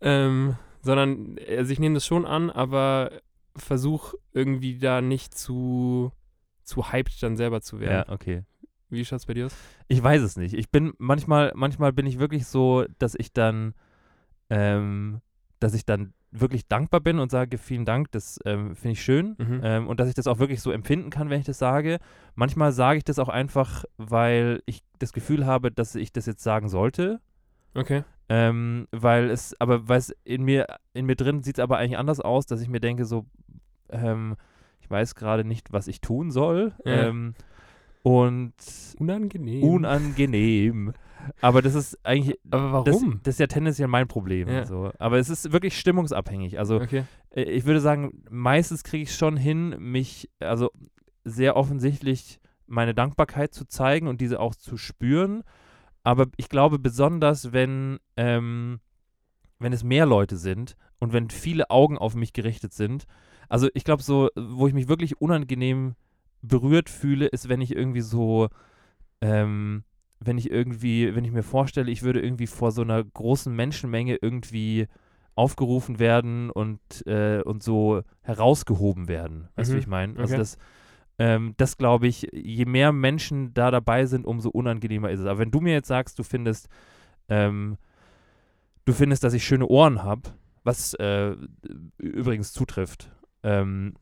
Speaker 3: ähm, sondern, also ich nehme das schon an, aber versuche irgendwie da nicht zu, zu hyped dann selber zu werden.
Speaker 2: Ja, okay.
Speaker 3: Wie schaut's bei dir aus?
Speaker 2: Ich weiß es nicht. Ich bin manchmal, manchmal bin ich wirklich so, dass ich dann, ähm, dass ich dann wirklich dankbar bin und sage, vielen Dank, das ähm, finde ich schön.
Speaker 3: Mhm.
Speaker 2: Ähm, und dass ich das auch wirklich so empfinden kann, wenn ich das sage. Manchmal sage ich das auch einfach, weil ich das Gefühl habe, dass ich das jetzt sagen sollte.
Speaker 3: Okay.
Speaker 2: Ähm, weil es, aber weil es in mir, in mir drin sieht es aber eigentlich anders aus, dass ich mir denke, so, ähm, ich weiß gerade nicht, was ich tun soll.
Speaker 3: Ja.
Speaker 2: Ähm, und
Speaker 3: Unangenehm.
Speaker 2: unangenehm. Aber das ist eigentlich,
Speaker 3: aber
Speaker 2: das,
Speaker 3: warum?
Speaker 2: das ist ja tendenziell mein Problem.
Speaker 3: Ja.
Speaker 2: So. Aber es ist wirklich stimmungsabhängig. Also
Speaker 3: okay.
Speaker 2: äh, ich würde sagen, meistens kriege ich schon hin, mich, also sehr offensichtlich meine Dankbarkeit zu zeigen und diese auch zu spüren. Aber ich glaube besonders, wenn, ähm, wenn es mehr Leute sind und wenn viele Augen auf mich gerichtet sind. Also ich glaube so, wo ich mich wirklich unangenehm berührt fühle, ist, wenn ich irgendwie so, ähm, wenn ich irgendwie, wenn ich mir vorstelle, ich würde irgendwie vor so einer großen Menschenmenge irgendwie aufgerufen werden und, äh, und so herausgehoben werden. Weißt du,
Speaker 3: Mhm.
Speaker 2: wie ich meine? Also
Speaker 3: Okay.
Speaker 2: das, ähm, das glaube ich, je mehr Menschen da dabei sind, umso unangenehmer ist es. Aber wenn du mir jetzt sagst, du findest, ähm, du findest, dass ich schöne Ohren habe, was äh, übrigens zutrifft, ähm,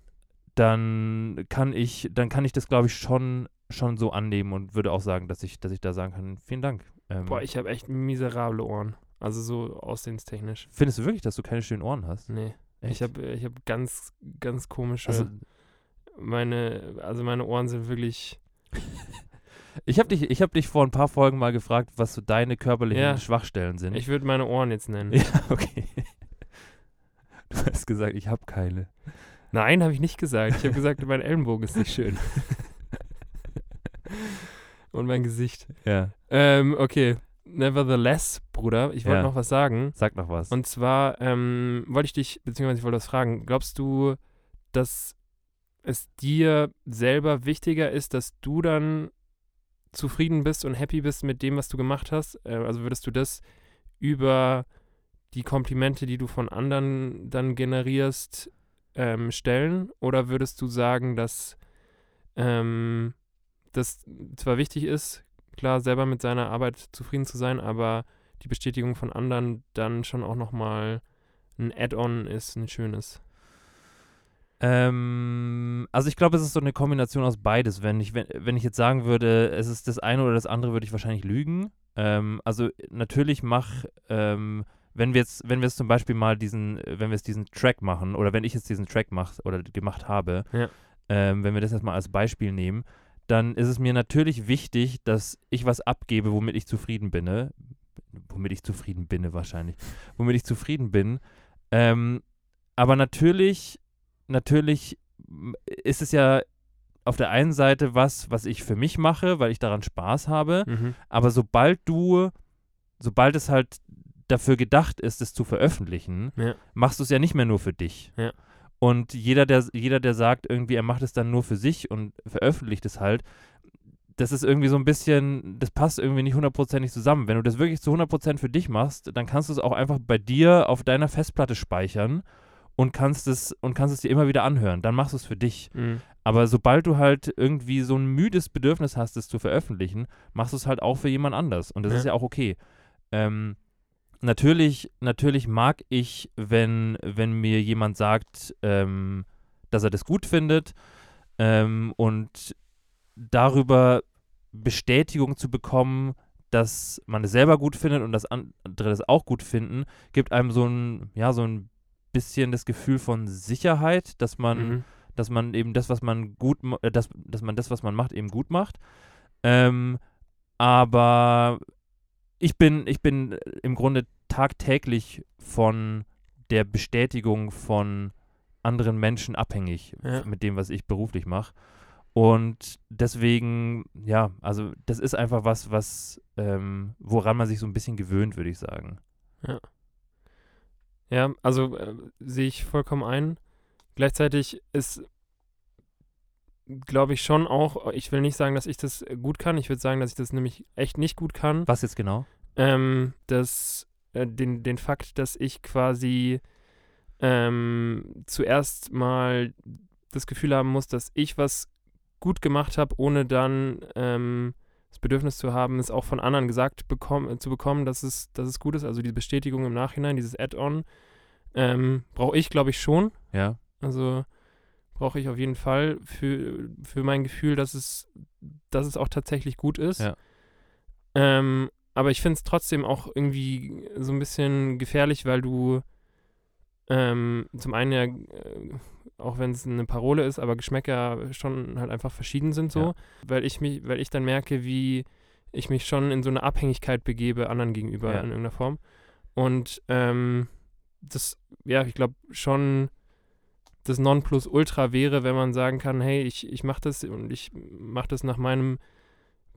Speaker 2: dann kann ich, dann kann ich das, glaube ich, schon, schon so annehmen und würde auch sagen, dass ich, dass ich da sagen kann, vielen Dank. Ähm,
Speaker 3: Boah, ich habe echt miserable Ohren. Also so aussehenstechnisch.
Speaker 2: findest du wirklich, dass du keine schönen Ohren hast?
Speaker 3: Nee. Hm, Ich
Speaker 2: Echt?
Speaker 3: habe ich hab ganz, ganz komische.
Speaker 2: also,
Speaker 3: meine, also meine Ohren sind wirklich.
Speaker 2: Ich habe dich, ich hab dich vor ein paar Folgen mal gefragt, was so deine körperlichen
Speaker 3: Ja.
Speaker 2: Schwachstellen sind.
Speaker 3: Ich würde meine Ohren jetzt nennen.
Speaker 2: ja, okay. Du hast gesagt, ich habe keine.
Speaker 3: Nein, habe ich nicht gesagt. Ich habe gesagt, mein Ellenbogen ist nicht schön. Und mein Gesicht.
Speaker 2: Ja,
Speaker 3: Ähm, okay. Nevertheless, Bruder, ich wollte
Speaker 2: Ja.
Speaker 3: noch was sagen.
Speaker 2: sag noch was.
Speaker 3: Und zwar ähm, wollte ich dich, beziehungsweise ich wollte was fragen. Glaubst du, dass es dir selber wichtiger ist, dass du dann zufrieden bist und happy bist mit dem, was du gemacht hast? Äh, also würdest du das über die Komplimente, die du von anderen dann generierst, ähm, stellen? Oder würdest du sagen, dass ähm, das zwar wichtig ist, klar, selber mit seiner Arbeit zufrieden zu sein, aber die Bestätigung von anderen dann schon auch nochmal ein Add-on ist, ein schönes.
Speaker 2: Ähm, also ich glaube, es ist so eine Kombination aus beides. Wenn ich, wenn, wenn ich jetzt sagen würde, es ist das eine oder das andere, würde ich wahrscheinlich lügen. Ähm, also natürlich mach, ähm, wenn wir jetzt, wenn wir jetzt zum Beispiel mal diesen, äh, wenn wir jetzt diesen Track machen oder wenn ich jetzt diesen Track mach oder gemacht habe,
Speaker 3: Ja.
Speaker 2: ähm, wenn wir das jetzt mal als Beispiel nehmen, dann ist es mir natürlich wichtig, dass ich was abgebe, womit ich zufrieden bin. ne? Womit ich zufrieden bin, wahrscheinlich. Womit ich zufrieden bin. Ähm, aber natürlich, natürlich m, ist es ja auf der einen Seite was, was ich für mich mache, weil ich daran Spaß habe.
Speaker 3: Mhm.
Speaker 2: Aber sobald du, sobald es halt dafür gedacht ist, es zu veröffentlichen,
Speaker 3: Ja.
Speaker 2: machst du es ja nicht mehr nur für dich.
Speaker 3: Ja.
Speaker 2: Und jeder der, jeder, der sagt, irgendwie, er macht es dann nur für sich und veröffentlicht es halt, das ist irgendwie so ein bisschen, das passt irgendwie nicht hundertprozentig zusammen. Wenn du das wirklich zu 100% für dich machst, dann kannst du es auch einfach bei dir auf deiner Festplatte speichern und kannst es und kannst es dir immer wieder anhören. Dann machst du es für dich.
Speaker 3: Mhm.
Speaker 2: Aber sobald du halt irgendwie so ein müdes Bedürfnis hast, es zu veröffentlichen, machst du es halt auch für jemand anders. Und das
Speaker 3: Ja.
Speaker 2: ist ja auch okay. Ähm, natürlich, natürlich mag ich, wenn, wenn mir jemand sagt, ähm, dass er das gut findet ähm, und darüber Bestätigung zu bekommen, dass man es selber gut findet und dass andere das auch gut finden, gibt einem so ein, ja, so ein bisschen das Gefühl von Sicherheit, dass man
Speaker 3: Mhm.
Speaker 2: dass man eben das, was man gut, ma- äh, dass, dass man das, was man macht, eben gut macht. Ähm, aber ich bin, ich bin äh, im Grunde tagtäglich von der Bestätigung von anderen Menschen abhängig
Speaker 3: Ja.
Speaker 2: mit dem, was ich beruflich mache. Und deswegen, ja, also das ist einfach was, was, ähm, woran man sich so ein bisschen gewöhnt, würde ich sagen.
Speaker 3: Ja, also äh, sehe ich vollkommen ein. Gleichzeitig ist, glaube ich, schon auch, ich will nicht sagen, dass ich das äh, gut kann. Ich würde sagen, dass ich das nämlich echt nicht gut kann.
Speaker 2: Was jetzt genau?
Speaker 3: Ähm, das, äh, den, den Fakt, dass ich quasi ähm, zuerst mal das Gefühl haben muss, dass ich was gut gemacht habe, ohne dann ähm, das Bedürfnis zu haben, es auch von anderen gesagt bekommen, äh, zu bekommen, dass es, dass es gut ist. Also die Bestätigung im Nachhinein, dieses Add-on, ähm, brauche ich, glaube ich, schon.
Speaker 2: Ja.
Speaker 3: Also brauche ich auf jeden Fall für, für mein Gefühl, dass es, dass es auch tatsächlich gut ist.
Speaker 2: Ja.
Speaker 3: Ähm, aber ich finde es trotzdem auch irgendwie so ein bisschen gefährlich, weil du ähm, zum einen ja, äh, auch wenn es eine Parole ist, aber Geschmäcker schon halt einfach verschieden sind so,
Speaker 2: Ja.
Speaker 3: weil ich mich, weil ich dann merke, wie ich mich schon in so eine Abhängigkeit begebe anderen gegenüber
Speaker 2: Ja.
Speaker 3: in irgendeiner Form. Und ähm, das, ja, ich glaube schon das Nonplusultra wäre, wenn man sagen kann, hey, ich, ich mache das und ich mache das nach meinem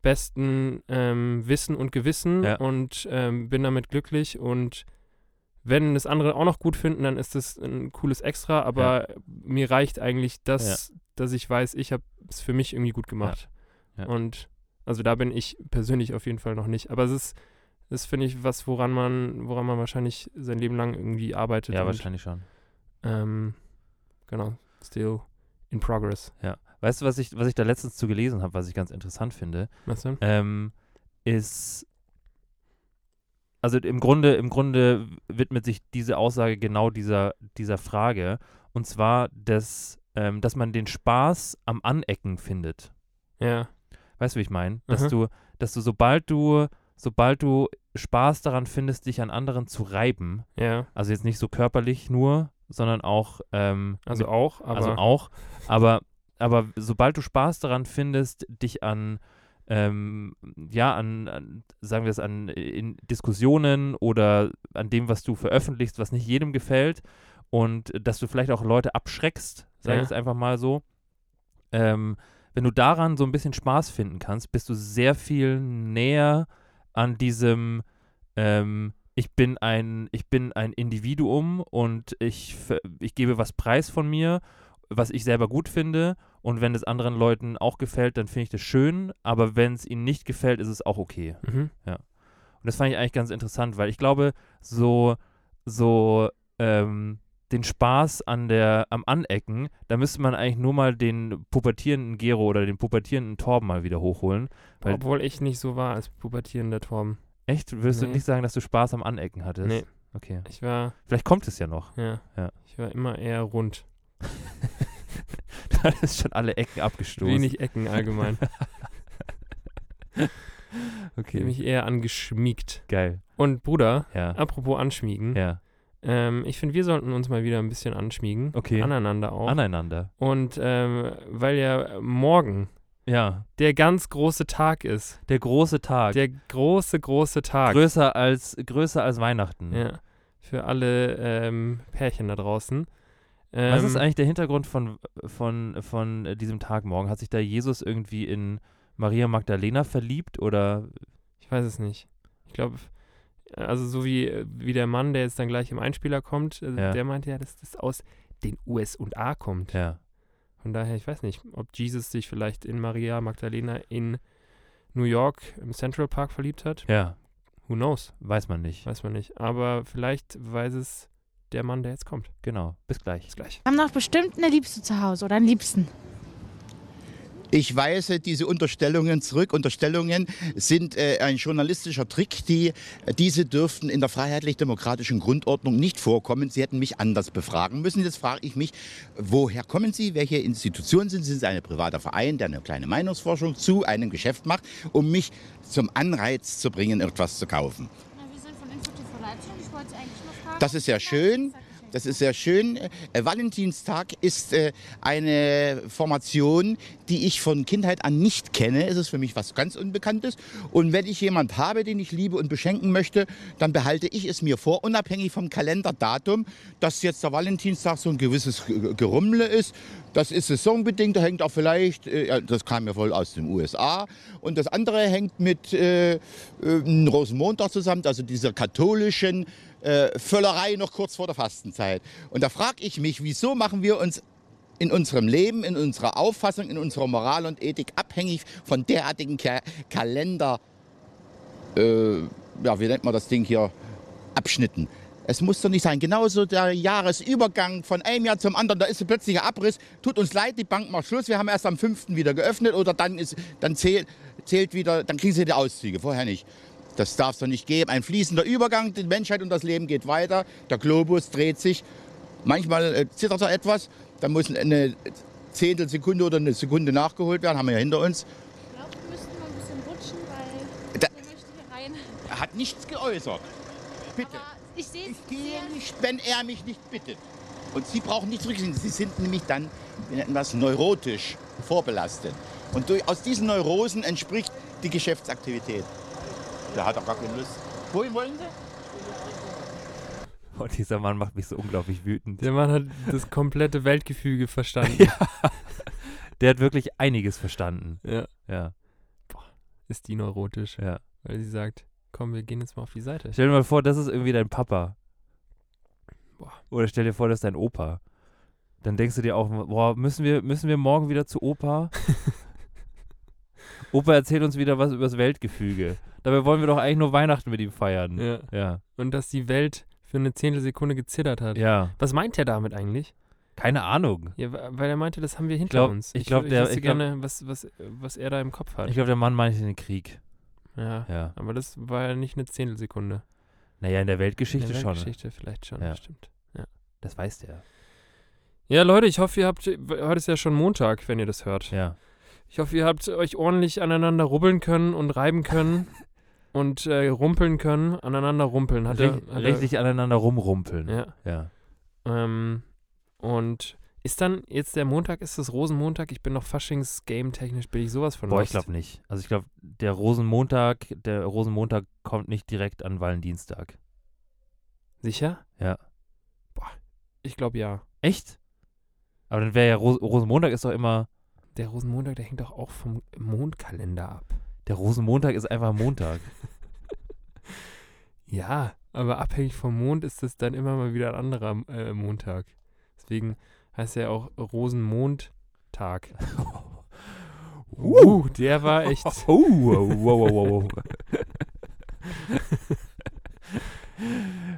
Speaker 3: besten ähm, Wissen und Gewissen
Speaker 2: Ja.
Speaker 3: und ähm, bin damit glücklich und wenn das andere auch noch gut finden, dann ist das ein cooles Extra, aber mir reicht eigentlich das, dass ich weiß, ich habe es für mich irgendwie gut gemacht.
Speaker 2: Ja. Ja.
Speaker 3: Und also da bin ich persönlich auf jeden Fall noch nicht. Aber es ist, das finde ich was, woran man, woran man wahrscheinlich sein Leben lang irgendwie arbeitet.
Speaker 2: Ja,
Speaker 3: und,
Speaker 2: wahrscheinlich schon.
Speaker 3: Ähm, genau, still in progress.
Speaker 2: Weißt du, was ich, was ich da letztens zu gelesen habe, was ich ganz interessant finde?
Speaker 3: Weißt du?
Speaker 2: ähm, ist also im Grunde im Grunde widmet sich diese Aussage genau dieser dieser Frage und zwar dass ähm, dass man den Spaß am Anecken findet.
Speaker 3: Ja.
Speaker 2: Weißt du, wie ich meine? Dass
Speaker 3: Aha.
Speaker 2: du dass du sobald du sobald du Spaß daran findest, dich an anderen zu reiben,
Speaker 3: Ja,
Speaker 2: also jetzt nicht so körperlich nur, sondern auch ähm,
Speaker 3: also auch, aber
Speaker 2: also auch. Aber, aber sobald du Spaß daran findest, dich an ähm, ja, an, an, sagen wir es, an in Diskussionen oder an dem, was du veröffentlichst, was nicht jedem gefällt und äh, dass du vielleicht auch Leute abschreckst, sagen wir
Speaker 3: Ja.
Speaker 2: es einfach mal so. Ähm, wenn du daran so ein bisschen Spaß finden kannst, bist du sehr viel näher an diesem ähm, ich bin ein ich bin ein Individuum und ich ver- ich gebe was preis von mir, was ich selber gut finde und wenn es anderen Leuten auch gefällt, dann finde ich das schön, aber wenn es ihnen nicht gefällt, ist es auch okay.
Speaker 3: Mhm.
Speaker 2: Und das fand ich eigentlich ganz interessant, weil ich glaube, so, so ähm, den Spaß an der, am Anecken, da müsste man eigentlich nur mal den pubertierenden Gero oder den pubertierenden Torben mal wieder hochholen. Weil-
Speaker 3: Obwohl ich nicht so war als pubertierender Torben.
Speaker 2: Echt? Würdest du
Speaker 3: Nee.
Speaker 2: nicht sagen, dass du Spaß am Anecken hattest?
Speaker 3: Nee.
Speaker 2: Okay.
Speaker 3: Ich war,
Speaker 2: Vielleicht kommt es ja noch.
Speaker 3: ja,
Speaker 2: Ja.
Speaker 3: ich war immer eher rund.
Speaker 2: da ist schon alle Ecken abgestoßen.
Speaker 3: Wenig Ecken allgemein. Ich
Speaker 2: okay.
Speaker 3: hab mich eher angeschmiegt.
Speaker 2: Geil.
Speaker 3: Und Bruder,
Speaker 2: Ja.
Speaker 3: apropos anschmiegen.
Speaker 2: Ja.
Speaker 3: Ähm, ich finde, wir sollten uns mal wieder ein bisschen anschmiegen.
Speaker 2: Okay.
Speaker 3: Aneinander auch.
Speaker 2: Aneinander.
Speaker 3: Und ähm, weil ja morgen
Speaker 2: Ja.
Speaker 3: der ganz große Tag ist.
Speaker 2: Der große Tag.
Speaker 3: Der große, große Tag.
Speaker 2: größer als größer als Weihnachten.
Speaker 3: ja. Für alle ähm, Pärchen da draußen. Ähm,
Speaker 2: Was ist eigentlich der Hintergrund von, von, von äh, diesem Tag morgen? Hat sich da Jesus irgendwie in Maria Magdalena verliebt oder
Speaker 3: Ich weiß es nicht. Ich glaube, also so wie, äh, wie der Mann, der jetzt dann gleich im Einspieler kommt, äh,
Speaker 2: Ja.
Speaker 3: der meinte ja, dass das aus den US und A kommt.
Speaker 2: ja.
Speaker 3: Von daher, ich weiß nicht, ob Jesus sich vielleicht in Maria Magdalena in New York im Central Park verliebt hat.
Speaker 2: ja,
Speaker 3: Who knows?
Speaker 2: weiß man nicht.
Speaker 3: Weiß man nicht. Aber vielleicht weiß es der Mann, der jetzt kommt.
Speaker 2: Genau, bis gleich.
Speaker 3: Bis gleich.
Speaker 5: haben doch bestimmt eine Liebste zu Hause oder einen Liebsten.
Speaker 6: Ich weise diese Unterstellungen zurück. Unterstellungen sind äh, ein journalistischer Trick. Die, diese dürften in der freiheitlich-demokratischen Grundordnung nicht vorkommen. Sie hätten mich anders befragen müssen. Jetzt frage ich mich, woher kommen Sie? Welche Institution sind Sie? Sind Sie ein privater Verein, der eine kleine Meinungsforschung zu einem Geschäft macht, um mich zum Anreiz zu bringen, etwas zu kaufen?
Speaker 7: Wir sind von InfoTV Leipzig und ich wollte Sie eigentlich nur fragen.
Speaker 6: Das ist sehr schön. Das ist sehr schön. Äh, Valentinstag ist äh, eine Formation, die ich von Kindheit an nicht kenne. Es ist für mich was ganz Unbekanntes. Und wenn ich jemand habe, den ich liebe und beschenken möchte, dann behalte ich es mir vor, unabhängig vom Kalenderdatum, dass jetzt der Valentinstag so ein gewisses Ge- Gerummle ist. Das ist saisonbedingt, da hängt auch vielleicht, äh, ja, das kam ja wohl aus den USA. Und das andere hängt mit äh, äh, einem Rosenmontag zusammen, also dieser katholischen äh, Völlerei noch kurz vor der Fastenzeit. Und da frage ich mich, wieso machen wir uns in unserem Leben, in unserer Auffassung, in unserer Moral und Ethik abhängig von derartigen Ka Kalender, äh, ja, wie nennt man das Ding hier, Abschnitten. Es muss doch nicht sein. Genauso der Jahresübergang von einem Jahr zum anderen, da ist ein plötzlicher Abriss. Tut uns leid, die Bank macht Schluss. Wir haben erst am 5. wieder geöffnet oder dann, ist, dann zählt, zählt wieder, dann kriegen sie die Auszüge, vorher nicht. Das darf es doch nicht geben. Ein fließender Übergang, die Menschheit und das Leben geht weiter. Der Globus dreht sich. Manchmal äh, zittert er etwas, dann muss eine Zehntelsekunde oder eine Sekunde nachgeholt werden, haben wir ja hinter uns.
Speaker 7: Ich glaube, wir müssten mal ein bisschen rutschen, weil
Speaker 6: Da-
Speaker 7: der möchte hier rein.
Speaker 6: Er hat nichts geäußert. Bitte.
Speaker 7: Aber ich sehe
Speaker 6: Ich
Speaker 7: es
Speaker 6: gehe
Speaker 7: sehr
Speaker 6: nicht, wenn er mich nicht bittet. Und Sie brauchen nicht zurückziehen. Sie sind nämlich dann etwas neurotisch vorbelastet. Und durch, aus diesen Neurosen entspricht die Geschäftsaktivität. Der hat auch gar keine Lust. Wohin wollen Sie?
Speaker 2: Und dieser Mann macht mich so unglaublich wütend.
Speaker 3: Der Mann hat das komplette Weltgefüge verstanden.
Speaker 2: Der hat wirklich einiges verstanden.
Speaker 3: Ja.
Speaker 2: Ja,
Speaker 3: Ist die neurotisch,
Speaker 2: ja.
Speaker 3: weil sie sagt, komm, wir gehen jetzt mal auf die Seite.
Speaker 2: Stell dir mal vor, das ist irgendwie dein Papa.
Speaker 3: Boah.
Speaker 2: Oder stell dir vor, das ist dein Opa. Dann denkst du dir auch, boah, müssen wir, müssen wir morgen wieder zu Opa? Opa erzählt uns wieder was über das Weltgefüge. Dabei wollen wir doch eigentlich nur Weihnachten mit ihm feiern.
Speaker 3: Ja.
Speaker 2: Ja.
Speaker 3: Und dass die Welt für eine Zehntelsekunde gezittert hat.
Speaker 2: Ja.
Speaker 3: Was meint er damit eigentlich?
Speaker 2: Keine Ahnung.
Speaker 3: Ja, wa- weil er meinte, das haben wir hinter
Speaker 2: glaub-
Speaker 3: uns.
Speaker 2: ich glaub, der-
Speaker 3: wüsste
Speaker 2: ich glaub-
Speaker 3: gerne, was, was, was er da im Kopf hat.
Speaker 2: Ich glaube, der Mann meinte den Krieg.
Speaker 3: ja.
Speaker 2: Ja.
Speaker 3: Aber das war ja nicht eine Zehntelsekunde.
Speaker 2: Naja, in der
Speaker 3: In
Speaker 2: Weltgeschichte
Speaker 3: der
Speaker 2: schon. ne?
Speaker 3: Geschichte vielleicht schon,
Speaker 2: Ja.
Speaker 3: stimmt.
Speaker 2: Das weiß der.
Speaker 3: Ja, Leute, ich hoffe, ihr habt, heute ist ja schon Montag, wenn ihr das hört.
Speaker 2: Ja.
Speaker 3: Ich hoffe, ihr habt euch ordentlich aneinander rubbeln können und reiben können und äh, rumpeln können. Aneinander rumpeln. Hat er,
Speaker 2: Richt-
Speaker 3: hat
Speaker 2: richtig aneinander rumrumpeln.
Speaker 3: Er,
Speaker 2: Ja.
Speaker 3: ja. Ähm, und Ist dann jetzt der Montag, ist es Rosenmontag? Ich bin noch Faschings-Game-technisch, bin ich sowas von
Speaker 2: Boah,
Speaker 3: lost.
Speaker 2: ich glaube nicht. Also ich glaube, der Rosenmontag, der Rosenmontag kommt nicht direkt an Valentinstag.
Speaker 3: Sicher?
Speaker 2: Ja.
Speaker 3: Boah, ich glaube ja.
Speaker 2: Echt? Aber dann wäre ja Ros Rosenmontag ist doch immer.
Speaker 3: Der Rosenmontag, der hängt doch auch vom Mondkalender ab.
Speaker 2: Der Rosenmontag ist einfach Montag.
Speaker 3: Ja, aber abhängig vom Mond ist es dann immer mal wieder ein anderer äh, Montag. Deswegen heißt er ja auch Rosenmontag. Uh, der war echt.
Speaker 2: Oh, wow, wow, wow, wow.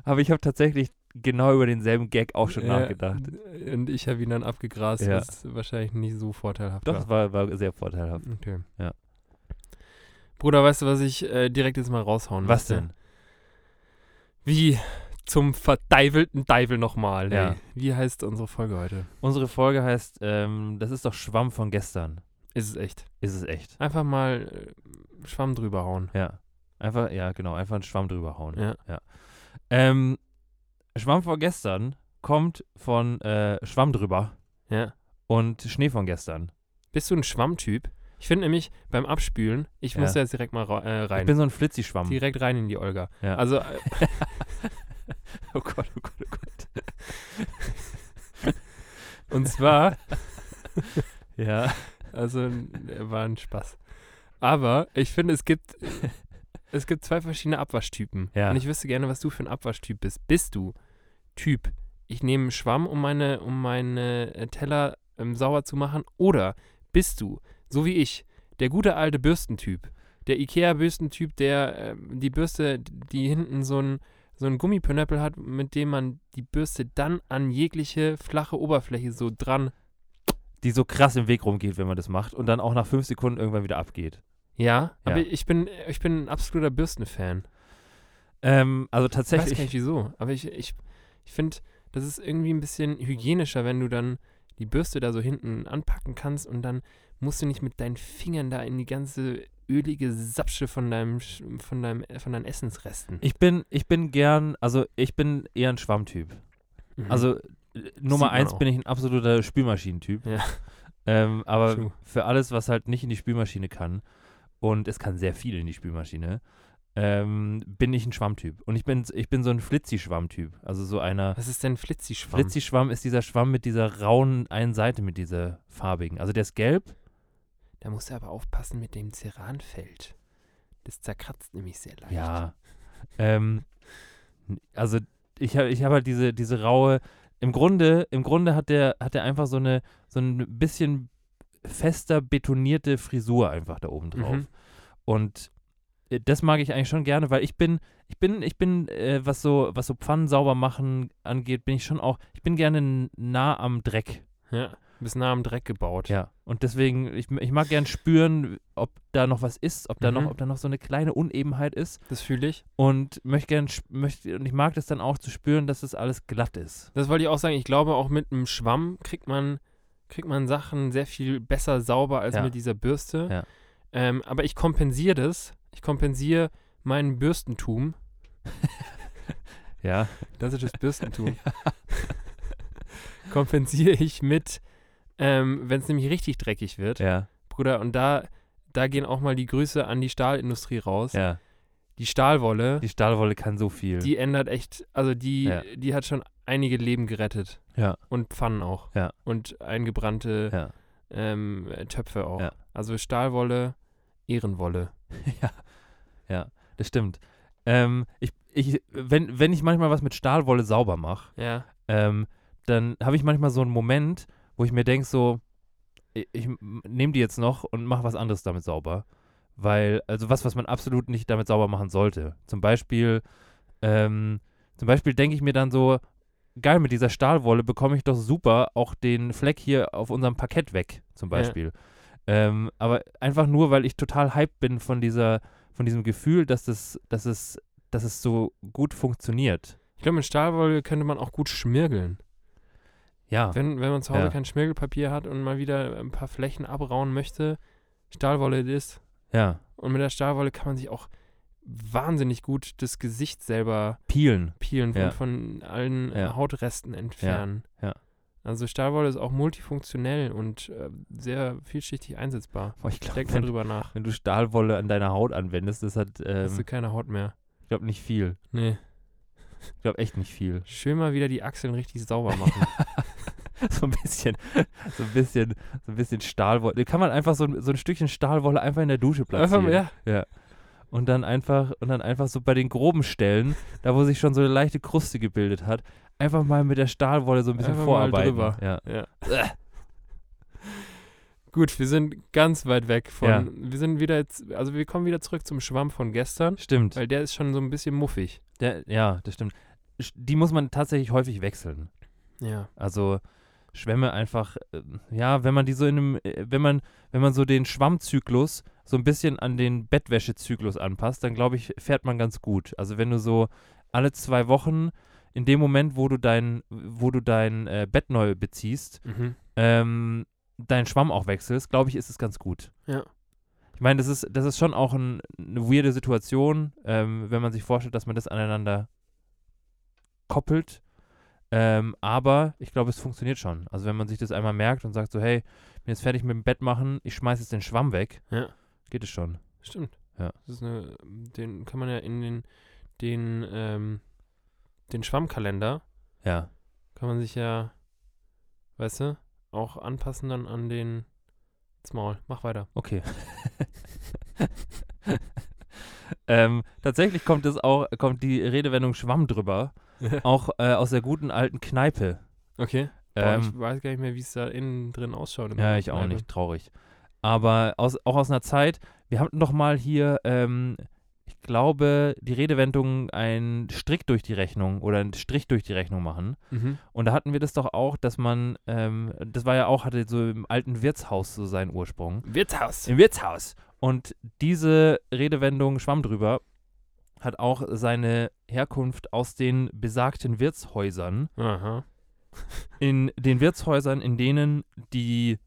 Speaker 2: Aber ich habe tatsächlich genau über denselben Gag auch schon
Speaker 3: äh,
Speaker 2: nachgedacht.
Speaker 3: Und ich habe ihn dann abgegrast,
Speaker 2: Ja.
Speaker 3: was wahrscheinlich nicht so vorteilhaft
Speaker 2: Doch, Mhm.
Speaker 3: war.
Speaker 2: das war, war sehr vorteilhaft.
Speaker 3: Okay.
Speaker 2: Ja.
Speaker 3: Bruder, weißt du, was ich äh, direkt jetzt mal raushauen
Speaker 2: Was
Speaker 3: möchte?
Speaker 2: denn?
Speaker 3: Wie zum verdeivelten Deivel nochmal.
Speaker 2: Ja.
Speaker 3: ey. Wie heißt unsere Folge heute?
Speaker 2: Unsere Folge heißt, ähm, das ist doch Schwamm von gestern.
Speaker 3: Ist es echt.
Speaker 2: Ist es echt.
Speaker 3: Einfach mal äh, Schwamm drüber hauen.
Speaker 2: Ja. Einfach, ja, genau, einfach einen Schwamm drüber hauen.
Speaker 3: Ja.
Speaker 2: Ähm, Schwamm von gestern kommt von äh, Schwamm drüber
Speaker 3: Ja.
Speaker 2: und Schnee von gestern.
Speaker 3: Bist du ein Schwammtyp? Ich finde nämlich beim Abspülen, ich
Speaker 2: Ja.
Speaker 3: muss da jetzt direkt mal ra- äh, rein.
Speaker 2: Ich bin so ein Flitzi-Schwamm.
Speaker 3: direkt rein in die Olga.
Speaker 2: Ja.
Speaker 3: Also, äh,
Speaker 2: oh Gott, oh Gott, oh Gott.
Speaker 3: und zwar,
Speaker 2: Ja.
Speaker 3: also äh, war ein Spaß. Aber ich finde, es gibt, es gibt zwei verschiedene Abwaschtypen.
Speaker 2: Ja.
Speaker 3: Und ich wüsste gerne, was du für ein Abwaschtyp bist. Bist du Typ, ich nehme einen Schwamm, um meine, um meine äh, Teller ähm, sauber zu machen? Oder bist du, so wie ich, der gute alte Bürstentyp? Der Ikea-Bürstentyp, der ähm, die Bürste, die hinten so ein so ein Gummipönöppel hat, mit dem man die Bürste dann an jegliche flache Oberfläche so dran.
Speaker 2: Die so krass im Weg rumgeht, wenn man das macht und dann auch nach fünf Sekunden irgendwann wieder abgeht.
Speaker 3: Ja,
Speaker 2: Ja.
Speaker 3: aber ich bin, ich bin ein absoluter Bürstenfan.
Speaker 2: Ähm, also
Speaker 3: Ich weiß gar
Speaker 2: tatsächlich.
Speaker 3: nicht wieso, aber ich, ich, ich finde, das ist irgendwie ein bisschen hygienischer, wenn du dann die Bürste da so hinten anpacken kannst und dann musst du nicht mit deinen Fingern da in die ganze ölige Sapsche von deinem, Sch- von deinem, von deinen Essensresten.
Speaker 2: Ich bin, ich bin gern, also ich bin eher ein Schwammtyp.
Speaker 3: Mhm.
Speaker 2: Also äh, Nummer
Speaker 3: man
Speaker 2: eins
Speaker 3: auch.
Speaker 2: bin ich ein absoluter Spülmaschinentyp.
Speaker 3: Ja.
Speaker 2: Ähm, aber
Speaker 3: True.
Speaker 2: für alles, was halt nicht in die Spülmaschine kann, und es kann sehr viel in die Spülmaschine, ähm, bin ich ein Schwammtyp. Und ich bin, ich bin so ein Flitzi-Schwammtyp. Also so einer.
Speaker 3: was ist denn Flitzischwamm?
Speaker 2: Flitzi-Schwamm ist dieser Schwamm mit dieser rauen einen Seite, mit dieser farbigen. Also der ist gelb.
Speaker 3: Da musst du aber aufpassen mit dem Ceranfeld. Das zerkratzt nämlich sehr leicht.
Speaker 2: Ja. ähm, also ich habe ich hab halt diese, diese raue. Im Grunde, im Grunde hat der, hat der einfach so eine, so ein bisschen fester betonierte Frisur einfach da oben drauf.
Speaker 3: Mhm.
Speaker 2: Und äh, das mag ich eigentlich schon gerne, weil ich bin, ich bin, ich bin, äh, was so, was so Pfannen sauber machen angeht, bin ich schon auch, ich bin gerne n- nah am Dreck.
Speaker 3: Ja, du bist nah am Dreck gebaut.
Speaker 2: Ja. Und deswegen, ich, ich mag gern spüren, ob da noch was ist, ob da
Speaker 3: Mhm.
Speaker 2: noch, ob da noch so eine kleine Unebenheit ist
Speaker 3: Das fühle ich.
Speaker 2: und möchte gern sp- möchte und ich mag das dann auch zu spüren, dass das alles glatt ist.
Speaker 3: Das wollte ich auch sagen. Ich glaube, auch mit einem Schwamm kriegt man, kriegt man Sachen sehr viel besser sauber als
Speaker 2: Ja.
Speaker 3: mit dieser Bürste.
Speaker 2: Ja.
Speaker 3: Ähm, aber ich kompensiere das. Ich kompensiere mein Bürstentum.
Speaker 2: Ja.
Speaker 3: Das ist das Bürstentum. kompensiere ich mit, ähm, wenn es nämlich richtig dreckig wird.
Speaker 2: Ja.
Speaker 3: Bruder, und da, da gehen auch mal die Grüße an die Stahlindustrie raus.
Speaker 2: Ja.
Speaker 3: Die Stahlwolle,
Speaker 2: Die Stahlwolle kann so viel.
Speaker 3: die ändert echt, also die,
Speaker 2: Ja.
Speaker 3: die hat schon einige Leben gerettet.
Speaker 2: Ja.
Speaker 3: Und Pfannen auch.
Speaker 2: Ja.
Speaker 3: Und eingebrannte
Speaker 2: ja.
Speaker 3: ähm, äh, Töpfe auch.
Speaker 2: Ja.
Speaker 3: Also Stahlwolle, Ehrenwolle.
Speaker 2: ja. Ja, das stimmt. Ähm, ich ich wenn wenn ich manchmal was mit Stahlwolle sauber mache,
Speaker 3: Ja.
Speaker 2: ähm, dann habe ich manchmal so einen Moment, wo ich mir denke so ich, ich nehme die jetzt noch und mache was anderes damit sauber, weil also was was man absolut nicht damit sauber machen sollte. Zum Beispiel ähm, zum Beispiel denke ich mir dann so geil, mit dieser Stahlwolle bekomme ich doch super auch den Fleck hier auf unserem Parkett weg, zum
Speaker 3: Ja.
Speaker 2: Beispiel. Ähm, aber einfach nur, weil ich total hyped bin von dieser, von diesem Gefühl, dass es, dass es, dass es so gut funktioniert.
Speaker 3: Ich glaube, mit Stahlwolle könnte man auch gut schmirgeln.
Speaker 2: Ja,
Speaker 3: Wenn, wenn man zu Hause
Speaker 2: Ja.
Speaker 3: kein Schmirgelpapier hat und mal wieder ein paar Flächen abrauen möchte, Stahlwolle ist.
Speaker 2: ja.
Speaker 3: Und mit der Stahlwolle kann man sich auch wahnsinnig gut das Gesicht selber
Speaker 2: Peelen.
Speaker 3: peelen
Speaker 2: Ja.
Speaker 3: und von allen äh,
Speaker 2: Ja.
Speaker 3: Hautresten entfernen.
Speaker 2: ja.
Speaker 3: Also Stahlwolle ist auch multifunktionell und äh, sehr vielschichtig einsetzbar.
Speaker 2: Boah, ich glaube,
Speaker 3: Denkt mal
Speaker 2: wenn,
Speaker 3: drüber nach.
Speaker 2: wenn du Stahlwolle an deiner Haut anwendest, das hat,
Speaker 3: Hast du
Speaker 2: ähm,
Speaker 3: keine Haut mehr.
Speaker 2: ich glaube, nicht viel.
Speaker 3: Nee.
Speaker 2: Ich glaube, echt nicht viel.
Speaker 3: Schön mal wieder die Achseln richtig sauber machen.
Speaker 2: so ein bisschen, so ein bisschen, so ein bisschen Stahlwolle. Da Kann man einfach so, ein- so ein Stückchen Stahlwolle einfach in der Dusche platzieren.
Speaker 3: Einfach, ja.
Speaker 2: Und dann einfach, und dann einfach so bei den groben Stellen, da wo sich schon so eine leichte Kruste gebildet hat, einfach mal mit der Stahlwolle so ein bisschen
Speaker 3: Einfach mal
Speaker 2: vorarbeiten.
Speaker 3: drüber.
Speaker 2: Ja.
Speaker 3: ja. Gut, wir sind ganz weit weg von.
Speaker 2: Ja.
Speaker 3: Wir sind wieder jetzt, also wir kommen wieder zurück zum Schwamm von gestern,
Speaker 2: Stimmt.
Speaker 3: weil der ist schon so ein bisschen muffig.
Speaker 2: Der, ja, das stimmt. Sch- Die muss man tatsächlich häufig wechseln.
Speaker 3: Ja.
Speaker 2: Also Schwämme einfach, äh, ja, wenn man die so in einem, äh, wenn man, wenn man so den Schwammzyklus so ein bisschen an den Bettwäschezyklus anpasst, dann glaube ich, fährt man ganz gut. Also wenn du so alle zwei Wochen in dem Moment, wo du dein, wo du dein äh, Bett neu beziehst,
Speaker 3: Mhm.
Speaker 2: ähm, deinen Schwamm auch wechselst, glaube ich, ist es ganz gut.
Speaker 3: Ja.
Speaker 2: Ich meine, das ist, das ist schon auch ein, eine weirde Situation, ähm, wenn man sich vorstellt, dass man das aneinander koppelt. Ähm, aber ich glaube, es funktioniert schon. Also wenn man sich das einmal merkt und sagt so, hey, bin jetzt fertig mit dem Bett machen, ich schmeiß jetzt den Schwamm weg,
Speaker 3: Ja.
Speaker 2: geht es schon.
Speaker 3: Stimmt.
Speaker 2: Ja.
Speaker 3: Das ist eine, den kann man ja in den, den, ähm, den Schwammkalender
Speaker 2: Ja.
Speaker 3: kann man sich ja, weißt du, auch anpassen dann an den ins Maul. Mach weiter.
Speaker 2: Okay. ähm, tatsächlich kommt es auch, kommt die Redewendung Schwamm drüber, auch äh, aus der guten alten Kneipe.
Speaker 3: Okay. Boah,
Speaker 2: Ähm,
Speaker 3: ich weiß gar nicht mehr, wie es da innen drin ausschaut. in
Speaker 2: Ja,
Speaker 3: der
Speaker 2: ich auch
Speaker 3: Kneipe.
Speaker 2: nicht, traurig. Aber aus, auch aus einer Zeit, wir hatten noch mal hier, ähm, ich glaube, die Redewendung ein Strick durch die Rechnung oder einen Strich durch die Rechnung machen.
Speaker 3: Mhm.
Speaker 2: Und da hatten wir das doch auch, dass man, ähm, das war ja auch, hatte so im alten Wirtshaus so seinen Ursprung.
Speaker 3: Wirtshaus.
Speaker 2: Im Wirtshaus. Und diese Redewendung Schwamm drüber hat auch seine Herkunft aus den besagten Wirtshäusern
Speaker 3: Aha.
Speaker 2: in den Wirtshäusern, in denen die,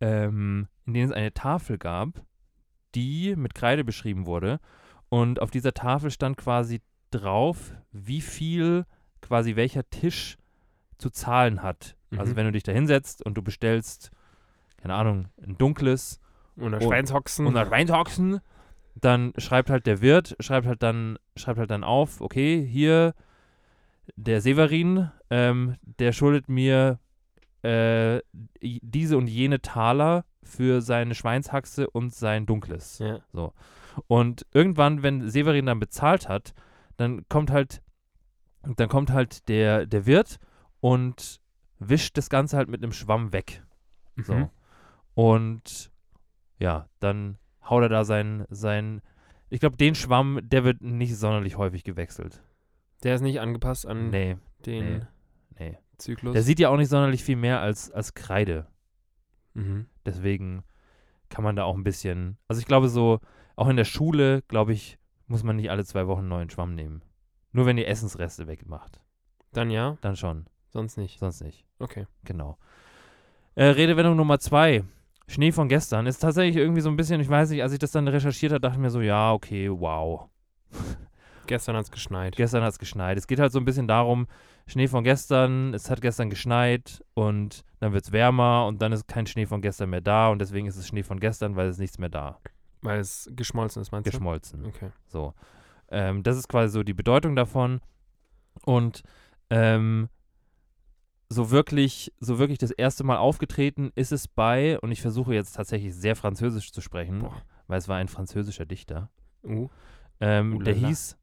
Speaker 2: ähm, in denen es eine Tafel gab, die mit Kreide beschrieben wurde. Und auf dieser Tafel stand quasi drauf, wie viel quasi welcher Tisch zu zahlen hat. Also
Speaker 3: Mhm.
Speaker 2: wenn du dich da hinsetzt und du bestellst, keine Ahnung, ein dunkles
Speaker 3: Und der
Speaker 2: Oh.
Speaker 3: Schweinshoxen.
Speaker 2: und nach Weintoxen, dann schreibt halt der Wirt, schreibt halt dann, schreibt halt dann auf, okay, hier der Severin, ähm, der schuldet mir äh, i- diese und jene Taler für seine Schweinshaxe und sein Dunkles.
Speaker 3: Ja.
Speaker 2: Und irgendwann, wenn Severin dann bezahlt hat, dann kommt halt, dann kommt halt der, der Wirt und wischt das Ganze halt mit einem Schwamm weg. So.
Speaker 3: Mhm.
Speaker 2: Und ja, dann haut er da sein, sein ich glaube, den Schwamm, der wird nicht sonderlich häufig gewechselt.
Speaker 3: Der ist nicht angepasst an
Speaker 2: Nee,
Speaker 3: den
Speaker 2: nee.
Speaker 3: Zyklus.
Speaker 2: Der sieht ja auch nicht sonderlich viel mehr als, als Kreide.
Speaker 3: mhm.
Speaker 2: Deswegen kann man da auch ein bisschen, also ich glaube so, auch in der Schule, glaube ich, muss man nicht alle zwei Wochen einen neuen Schwamm nehmen. Nur wenn ihr Essensreste wegmacht.
Speaker 3: Dann ja,
Speaker 2: Dann schon,
Speaker 3: sonst nicht.
Speaker 2: sonst nicht.
Speaker 3: Okay.
Speaker 2: Genau. Äh, Redewendung Nummer zwei. Schnee von gestern. Ist tatsächlich irgendwie so ein bisschen, ich weiß nicht, als ich das dann recherchiert habe, dachte ich mir so, ja, okay, wow.
Speaker 3: Gestern hat es geschneit.
Speaker 2: Gestern hat es geschneit. Es geht halt so ein bisschen darum, Schnee von gestern, es hat gestern geschneit und dann wird es wärmer und dann ist kein Schnee von gestern mehr da und deswegen ist es Schnee von gestern, weil es nichts mehr da.
Speaker 3: Weil es geschmolzen ist, meinst
Speaker 2: Geschmolzen.
Speaker 3: du? Okay.
Speaker 2: So. Ähm, das ist quasi so die Bedeutung davon. Und ähm, so wirklich, so wirklich das erste Mal aufgetreten ist es bei, und ich versuche jetzt tatsächlich sehr französisch zu sprechen,
Speaker 3: Boah.
Speaker 2: weil es war ein französischer Dichter,
Speaker 3: Uh,
Speaker 2: ähm, der
Speaker 3: Ohlala.
Speaker 2: hieß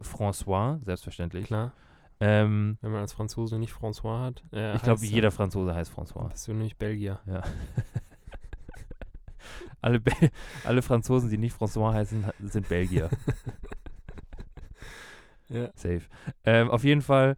Speaker 2: François, selbstverständlich.
Speaker 3: klar.
Speaker 2: Ähm,
Speaker 3: Wenn man als Franzose nicht François hat. Äh,
Speaker 2: ich glaube,
Speaker 3: heißt,
Speaker 2: jeder Franzose heißt François.
Speaker 3: Äh, bist du nicht Belgier.
Speaker 2: Alle, Bel- alle Franzosen, die nicht François heißen, ha- sind Belgier.
Speaker 3: Ja.
Speaker 2: Safe. Ähm, auf jeden Fall,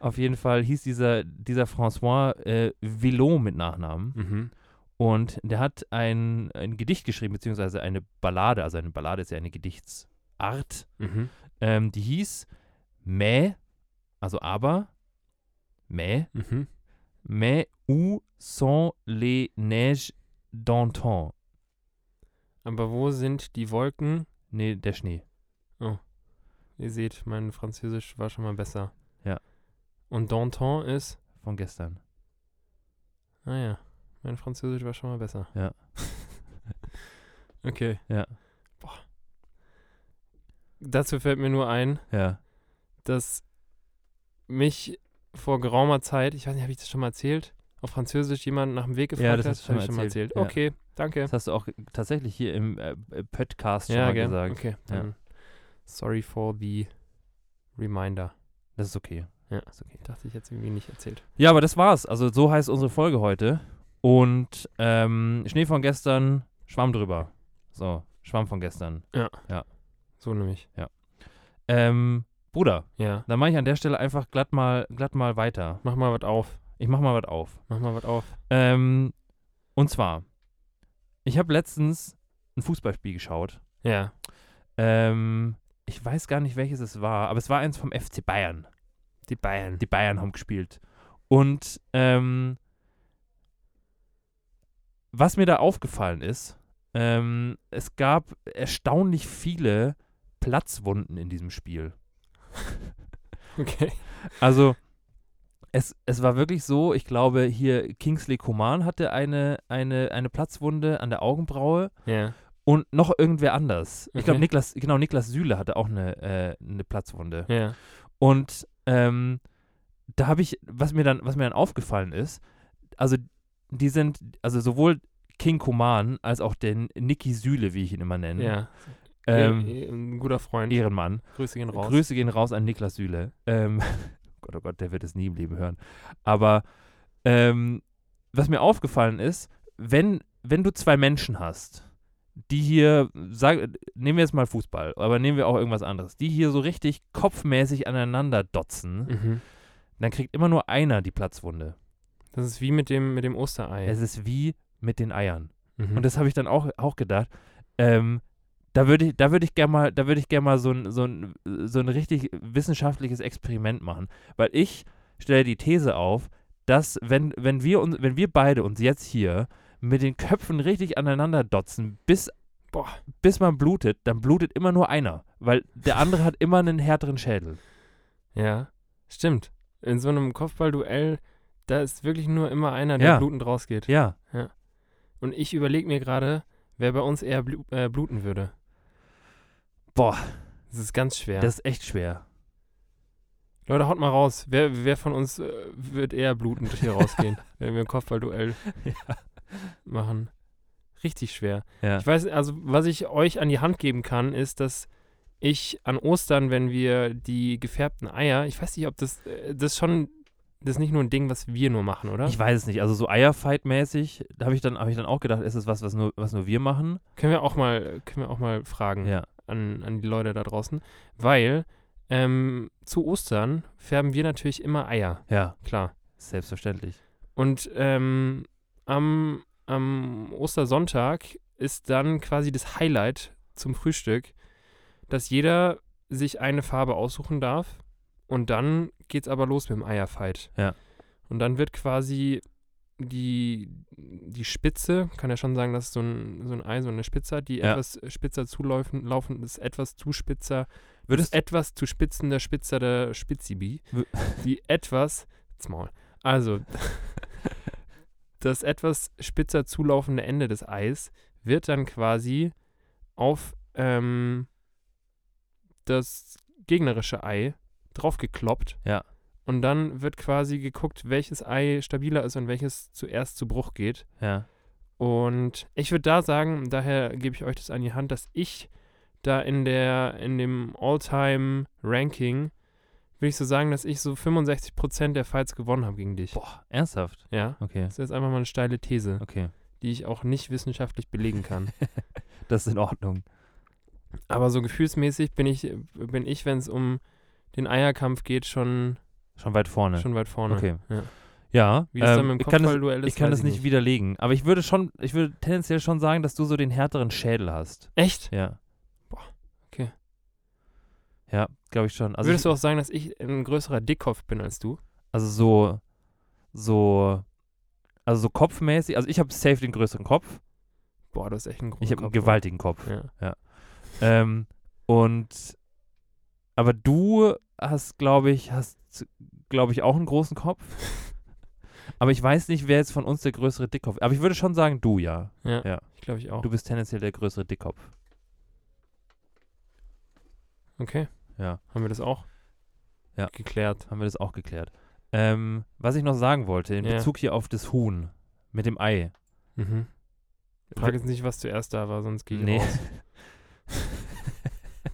Speaker 2: auf jeden Fall hieß dieser, dieser François äh, Villon mit Nachnamen.
Speaker 3: Mhm.
Speaker 2: Und der hat ein, ein Gedicht geschrieben, beziehungsweise eine Ballade. Also eine Ballade ist ja eine Gedichtsart.
Speaker 3: Mhm.
Speaker 2: Ähm, die hieß Mais, also aber, Mais,
Speaker 3: Mhm.
Speaker 2: Mais où sont les neiges d'antan?
Speaker 3: Aber wo sind die Wolken?
Speaker 2: Nee, der Schnee.
Speaker 3: Ihr seht, mein Französisch war schon mal besser.
Speaker 2: Ja.
Speaker 3: Und Danton ist
Speaker 2: Von gestern.
Speaker 3: Naja, mein Französisch war schon mal besser.
Speaker 2: Ja.
Speaker 3: okay.
Speaker 2: Ja.
Speaker 3: Boah. Dazu fällt mir nur ein,
Speaker 2: Ja.
Speaker 3: dass mich vor geraumer Zeit, ich weiß nicht, habe ich das schon mal erzählt, auf Französisch jemand nach dem Weg gefragt
Speaker 2: Ja, das
Speaker 3: hat.
Speaker 2: hast du
Speaker 3: Hab
Speaker 2: schon
Speaker 3: ich
Speaker 2: mal erzählt, ja.
Speaker 3: Okay, danke.
Speaker 2: Das hast du auch tatsächlich hier im äh, äh, Podcast schon
Speaker 3: ja,
Speaker 2: mal
Speaker 3: gern.
Speaker 2: gesagt.
Speaker 3: Okay,
Speaker 2: Ja.
Speaker 3: dann sorry for the reminder.
Speaker 2: Das ist okay.
Speaker 3: Ja.
Speaker 2: Ist okay.
Speaker 3: Dachte ich jetzt irgendwie nicht erzählt.
Speaker 2: Ja, aber das war's. Also so heißt unsere Folge heute. Und ähm, Schnee von gestern, Schwamm drüber. So, Schwamm von gestern.
Speaker 3: So nämlich.
Speaker 2: Ähm, Bruder,
Speaker 3: Ja.
Speaker 2: dann mache ich an der Stelle einfach glatt mal, glatt mal weiter.
Speaker 3: Mach mal was auf.
Speaker 2: Ich mach mal was auf.
Speaker 3: Mach mal was auf.
Speaker 2: Ähm, und zwar, ich habe letztens ein Fußballspiel geschaut.
Speaker 3: Ja.
Speaker 2: Ähm, ich weiß gar nicht, welches es war, aber es war eins vom FC Bayern.
Speaker 3: Die Bayern.
Speaker 2: Die Bayern haben gespielt. Und ähm, was mir da aufgefallen ist, ähm, es gab erstaunlich viele Platzwunden in diesem Spiel.
Speaker 3: Okay.
Speaker 2: Also, es, es war wirklich so, ich glaube, hier Kingsley Coman hatte eine, eine, eine Platzwunde an der Augenbraue
Speaker 3: Ja.
Speaker 2: und noch irgendwer anders. Ich glaube,
Speaker 3: Okay.
Speaker 2: Niklas, genau, Niklas Süle hatte auch eine, äh, eine Platzwunde.
Speaker 3: Ja.
Speaker 2: Und ähm, da habe ich, was mir dann, was mir dann aufgefallen ist, also die sind, also sowohl King Koman als auch den Niki Süle, wie ich ihn immer nenne,
Speaker 3: Ja.
Speaker 2: ähm,
Speaker 3: Eh- eh- ein guter Freund.
Speaker 2: Ehrenmann.
Speaker 3: Grüße gehen raus.
Speaker 2: Grüße gehen raus an Niklas Süle. Ähm, Gott, oh Gott, der wird es nie im Leben hören. Aber ähm, was mir aufgefallen ist, wenn, wenn du zwei Menschen hast, die hier, sag, nehmen wir jetzt mal Fußball, aber nehmen wir auch irgendwas anderes, die hier so richtig kopfmäßig aneinander dotzen,
Speaker 3: Mhm.
Speaker 2: dann kriegt immer nur einer die Platzwunde.
Speaker 3: Das ist wie mit dem, mit dem Osterei.
Speaker 2: Es ist wie mit den Eiern.
Speaker 3: mhm.
Speaker 2: Und das habe ich dann auch, auch gedacht. Ähm, da würde ich, da würde ich gerne mal, da würde ich gerne mal so ein, so ein, so ein richtig wissenschaftliches Experiment machen. Weil ich stelle die These auf, dass wenn, wenn wir uns, wenn wir beide uns jetzt hier mit den Köpfen richtig aneinander dotzen, bis,
Speaker 3: Boah.
Speaker 2: bis man blutet, dann blutet immer nur einer. Weil der andere hat immer einen härteren Schädel.
Speaker 3: ja. Stimmt. In so einem Kopfballduell, da ist wirklich nur immer einer, der
Speaker 2: Ja.
Speaker 3: blutend rausgeht.
Speaker 2: Ja.
Speaker 3: Und ich überlege mir gerade, wer bei uns eher blu äh, bluten würde.
Speaker 2: Boah.
Speaker 3: Das ist ganz schwer.
Speaker 2: Das ist echt schwer.
Speaker 3: Leute, haut mal raus. Wer, wer von uns äh, wird eher blutend hier rausgehen, wenn wir ein Kopfballduell machen? Richtig schwer.
Speaker 2: Ja.
Speaker 3: Ich weiß, also was ich euch an die Hand geben kann, ist, dass ich an Ostern, wenn wir die gefärbten Eier, ich weiß nicht, ob das, äh, das schon, das ist nicht nur ein Ding, was wir nur machen, oder?
Speaker 2: Ich weiß es nicht. Also so Eierfight-mäßig, da habe ich, dann- hab ich dann auch gedacht, ist es was, was nur, was nur wir machen?
Speaker 3: können wir auch mal, können wir auch mal fragen
Speaker 2: Ja.
Speaker 3: an, an die Leute da draußen, weil ähm, zu Ostern färben wir natürlich immer Eier,
Speaker 2: Ja,
Speaker 3: klar.
Speaker 2: selbstverständlich.
Speaker 3: Und ähm, am, am Ostersonntag ist dann quasi das Highlight zum Frühstück, dass jeder sich eine Farbe aussuchen darf. Und dann geht's aber los mit dem Eierfight.
Speaker 2: Ja.
Speaker 3: Und dann wird quasi die, die Spitze, kann ja schon sagen, dass so ein, so ein Ei so eine Spitze hat, die
Speaker 2: Ja.
Speaker 3: etwas spitzer zulaufen, laufen, ist etwas zu spitzer,
Speaker 2: Würdest-
Speaker 3: ist etwas zu spitzender Spitzer der Spitzibi,
Speaker 2: Wür-
Speaker 3: die etwas, jetzt Maul, also das etwas spitzer zulaufende Ende des Eis wird dann quasi auf ähm, das gegnerische Ei draufgekloppt.
Speaker 2: Ja.
Speaker 3: Und dann wird quasi geguckt, welches Ei stabiler ist und welches zuerst zu Bruch geht.
Speaker 2: Ja.
Speaker 3: Und ich würde da sagen, daher gebe ich euch das an die Hand, dass ich da in der, in dem All-Time-Ranking, würde ich so sagen, dass ich so 65% der Fights gewonnen habe gegen dich.
Speaker 2: Boah, ernsthaft?
Speaker 3: Ja.
Speaker 2: Okay,
Speaker 3: Das ist jetzt einfach mal eine steile These,
Speaker 2: okay.
Speaker 3: die ich auch nicht wissenschaftlich belegen kann.
Speaker 2: Das ist in Ordnung.
Speaker 3: Aber so gefühlsmäßig bin ich, bin ich, wenn es um den Eierkampf geht, schon,
Speaker 2: Schon weit vorne.
Speaker 3: schon weit vorne.
Speaker 2: Okay.
Speaker 3: Ja.
Speaker 2: Ja,
Speaker 3: Wie das
Speaker 2: ähm,
Speaker 3: dann mit dem
Speaker 2: ich kann das,
Speaker 3: Kopfballduell ist,
Speaker 2: ich kann
Speaker 3: weiß
Speaker 2: das nicht widerlegen. Aber ich würde schon, ich würde tendenziell schon sagen, dass du so den härteren Schädel hast.
Speaker 3: Echt?
Speaker 2: Ja.
Speaker 3: Boah, okay.
Speaker 2: Ja, glaube ich schon. Also,
Speaker 3: Würdest
Speaker 2: ich,
Speaker 3: du auch sagen, dass ich ein größerer Dickkopf bin als du?
Speaker 2: also so, so, also so kopfmäßig. Also ich habe safe den größeren Kopf.
Speaker 3: Boah, du hast echt einen großen
Speaker 2: Ich habe einen
Speaker 3: Kopf,
Speaker 2: gewaltigen Kopf.
Speaker 3: Ja.
Speaker 2: Ähm, und aber du hast, glaube ich, hast, glaube ich, auch einen großen Kopf. Aber ich weiß nicht, wer jetzt von uns der größere Dickkopf ist. Aber ich würde schon sagen, du ja.
Speaker 3: Ja,
Speaker 2: Ja.
Speaker 3: ich glaube ich auch.
Speaker 2: Du bist tendenziell der größere Dickkopf.
Speaker 3: Okay.
Speaker 2: Ja.
Speaker 3: Haben wir das auch
Speaker 2: Ja.
Speaker 3: geklärt?
Speaker 2: Haben wir das auch geklärt. Ähm, was ich noch sagen wollte, in
Speaker 3: Ja.
Speaker 2: Bezug hier auf das Huhn mit dem Ei.
Speaker 3: Mhm. Frag jetzt nicht, was zuerst da war, sonst gehe ich
Speaker 2: Nee.
Speaker 3: raus.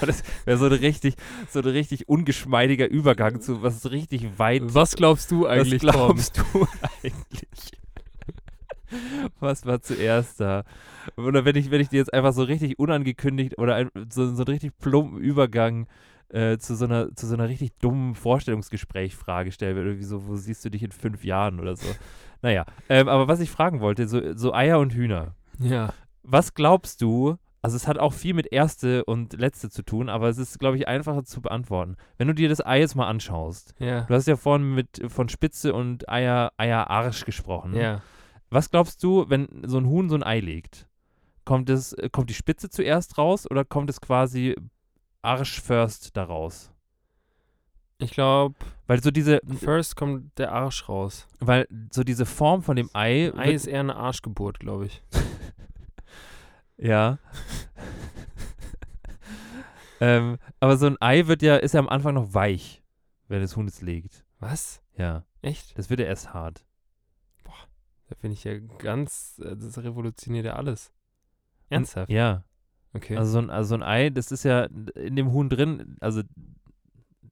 Speaker 2: Boah, das wäre so ein richtig, so ein richtig ungeschmeidiger Übergang zu was richtig weit.
Speaker 3: Was glaubst du eigentlich,
Speaker 2: was
Speaker 3: Tom?
Speaker 2: glaubst du eigentlich? Was war zuerst da? Oder wenn ich, wenn ich dir jetzt einfach so richtig unangekündigt oder ein, so, so einen richtig plumpen Übergang äh, zu, so einer, zu so einer richtig dummen Vorstellungsgesprächfrage stelle, irgendwie so, wo siehst du dich in fünf Jahren oder so? Naja, ähm, aber was ich fragen wollte, so, so Eier und Hühner.
Speaker 3: Ja.
Speaker 2: Was glaubst du? Also es hat auch viel mit erste und letzte zu tun, aber es ist, glaube ich, einfacher zu beantworten. Wenn du dir das Ei jetzt mal anschaust,
Speaker 3: Ja.
Speaker 2: du hast ja vorhin mit von Spitze und Eier, Eierarsch gesprochen. ne?
Speaker 3: Ja.
Speaker 2: Was glaubst du, wenn so ein Huhn so ein Ei legt? Kommt es, äh, kommt die Spitze zuerst raus oder kommt es quasi Arsch first daraus?
Speaker 3: Ich glaube,
Speaker 2: Weil so diese,
Speaker 3: first kommt der Arsch raus.
Speaker 2: weil so diese Form von dem Ei,
Speaker 3: Ei ist eher eine Arschgeburt, glaube ich.
Speaker 2: Ja. ähm, aber so ein Ei wird ja, ist ja am Anfang noch weich, wenn das Huhn es legt.
Speaker 3: Was?
Speaker 2: Ja.
Speaker 3: Echt?
Speaker 2: Das wird ja erst hart.
Speaker 3: Da bin ich ja ganz, äh, das revolutioniert ja alles. Ernsthaft?
Speaker 2: Ja.
Speaker 3: Okay.
Speaker 2: Also so ein, also so ein Ei, das ist ja in dem Huhn drin, also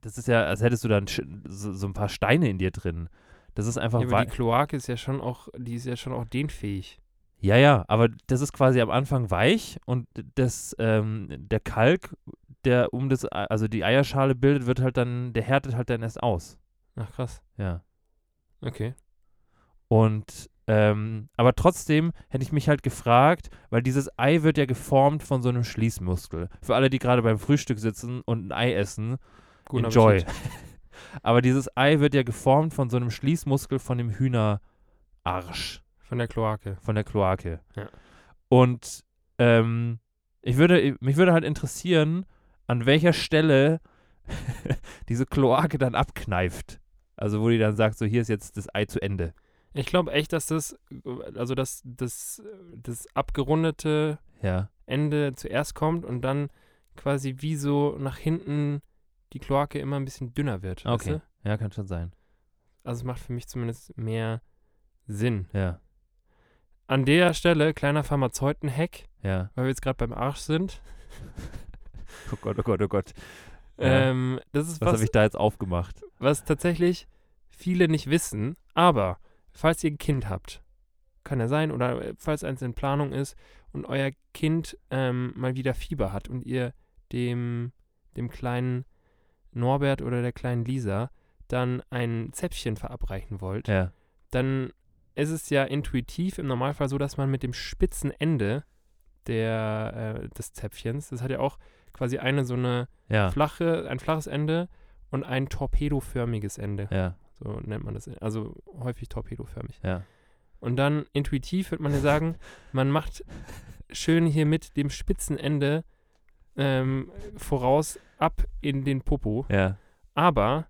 Speaker 2: das ist ja, als hättest du dann so, so ein paar Steine in dir drin. Das ist einfach
Speaker 3: ja, aber
Speaker 2: ja,
Speaker 3: die Kloake ist ja schon auch, die ist ja schon auch dehnfähig.
Speaker 2: Ja, ja, aber das ist quasi am Anfang weich und das, ähm, der Kalk, der um das, Ei- also die Eierschale bildet, wird halt dann, der härtet halt dann erst aus.
Speaker 3: Ach krass.
Speaker 2: Ja.
Speaker 3: Okay.
Speaker 2: Und ähm, aber trotzdem hätte ich mich halt gefragt, weil dieses Ei wird ja geformt von so einem Schließmuskel. Für alle, die gerade beim Frühstück sitzen und ein Ei essen,
Speaker 3: Guten
Speaker 2: enjoy.
Speaker 3: Appetit.
Speaker 2: aber dieses Ei wird ja geformt von so einem Schließmuskel von dem Hühnerarsch,
Speaker 3: Von der Kloake.
Speaker 2: von der Kloake.
Speaker 3: Ja.
Speaker 2: Und ähm, ich würde, mich würde halt interessieren, an welcher Stelle diese Kloake dann abkneift. Also wo die dann sagt, so hier ist jetzt das Ei zu Ende.
Speaker 3: Ich glaube echt, dass das, also dass das, das abgerundete
Speaker 2: Ja.
Speaker 3: Ende zuerst kommt und dann quasi wie so nach hinten die Kloake immer ein bisschen dünner wird. Weißt
Speaker 2: Okay.
Speaker 3: du?
Speaker 2: Ja, kann schon sein.
Speaker 3: Also es macht für mich zumindest mehr Sinn.
Speaker 2: Ja.
Speaker 3: An der Stelle, kleiner Pharmazeuten-Hack,
Speaker 2: Ja.
Speaker 3: weil wir jetzt gerade beim Arsch sind.
Speaker 2: Oh Gott, oh Gott, oh Gott. Ja.
Speaker 3: Ähm, das ist
Speaker 2: Was
Speaker 3: was,
Speaker 2: habe ich da jetzt aufgemacht?
Speaker 3: was tatsächlich viele nicht wissen. Aber falls ihr ein Kind habt, kann ja sein, oder äh, falls eins in Planung ist und euer Kind ähm, mal wieder Fieber hat und ihr dem, dem kleinen Norbert oder der kleinen Lisa dann ein Zäpfchen verabreichen wollt,
Speaker 2: Ja.
Speaker 3: dann ist es ja intuitiv im Normalfall so, dass man mit dem spitzen Ende der, äh, des Zäpfchens, das hat ja auch quasi eine so eine
Speaker 2: Ja.
Speaker 3: flache, ein flaches Ende und ein torpedoförmiges Ende.
Speaker 2: Ja.
Speaker 3: So nennt man das. Also häufig torpedoförmig.
Speaker 2: Ja.
Speaker 3: Und dann intuitiv wird man ja sagen, man macht schön hier mit dem spitzen Ende ähm, voraus ab in den Popo.
Speaker 2: Ja.
Speaker 3: Aber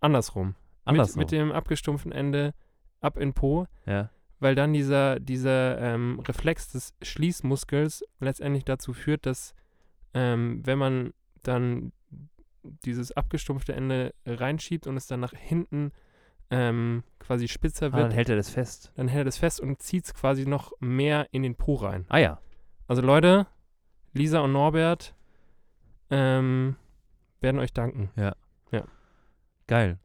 Speaker 3: andersrum.
Speaker 2: Andersrum.
Speaker 3: Mit, mit dem abgestumpften Ende ab in Po,
Speaker 2: Ja.
Speaker 3: weil dann dieser, dieser ähm, Reflex des Schließmuskels letztendlich dazu führt, dass ähm, wenn man dann dieses abgestumpfte Ende reinschiebt und es dann nach hinten ähm, quasi spitzer
Speaker 2: Ah,
Speaker 3: wird,
Speaker 2: dann hält er das fest.
Speaker 3: dann hält er das fest und zieht es quasi noch mehr in den Po rein.
Speaker 2: Ah ja.
Speaker 3: Also Leute, Lisa und Norbert ähm, werden euch danken.
Speaker 2: Geil.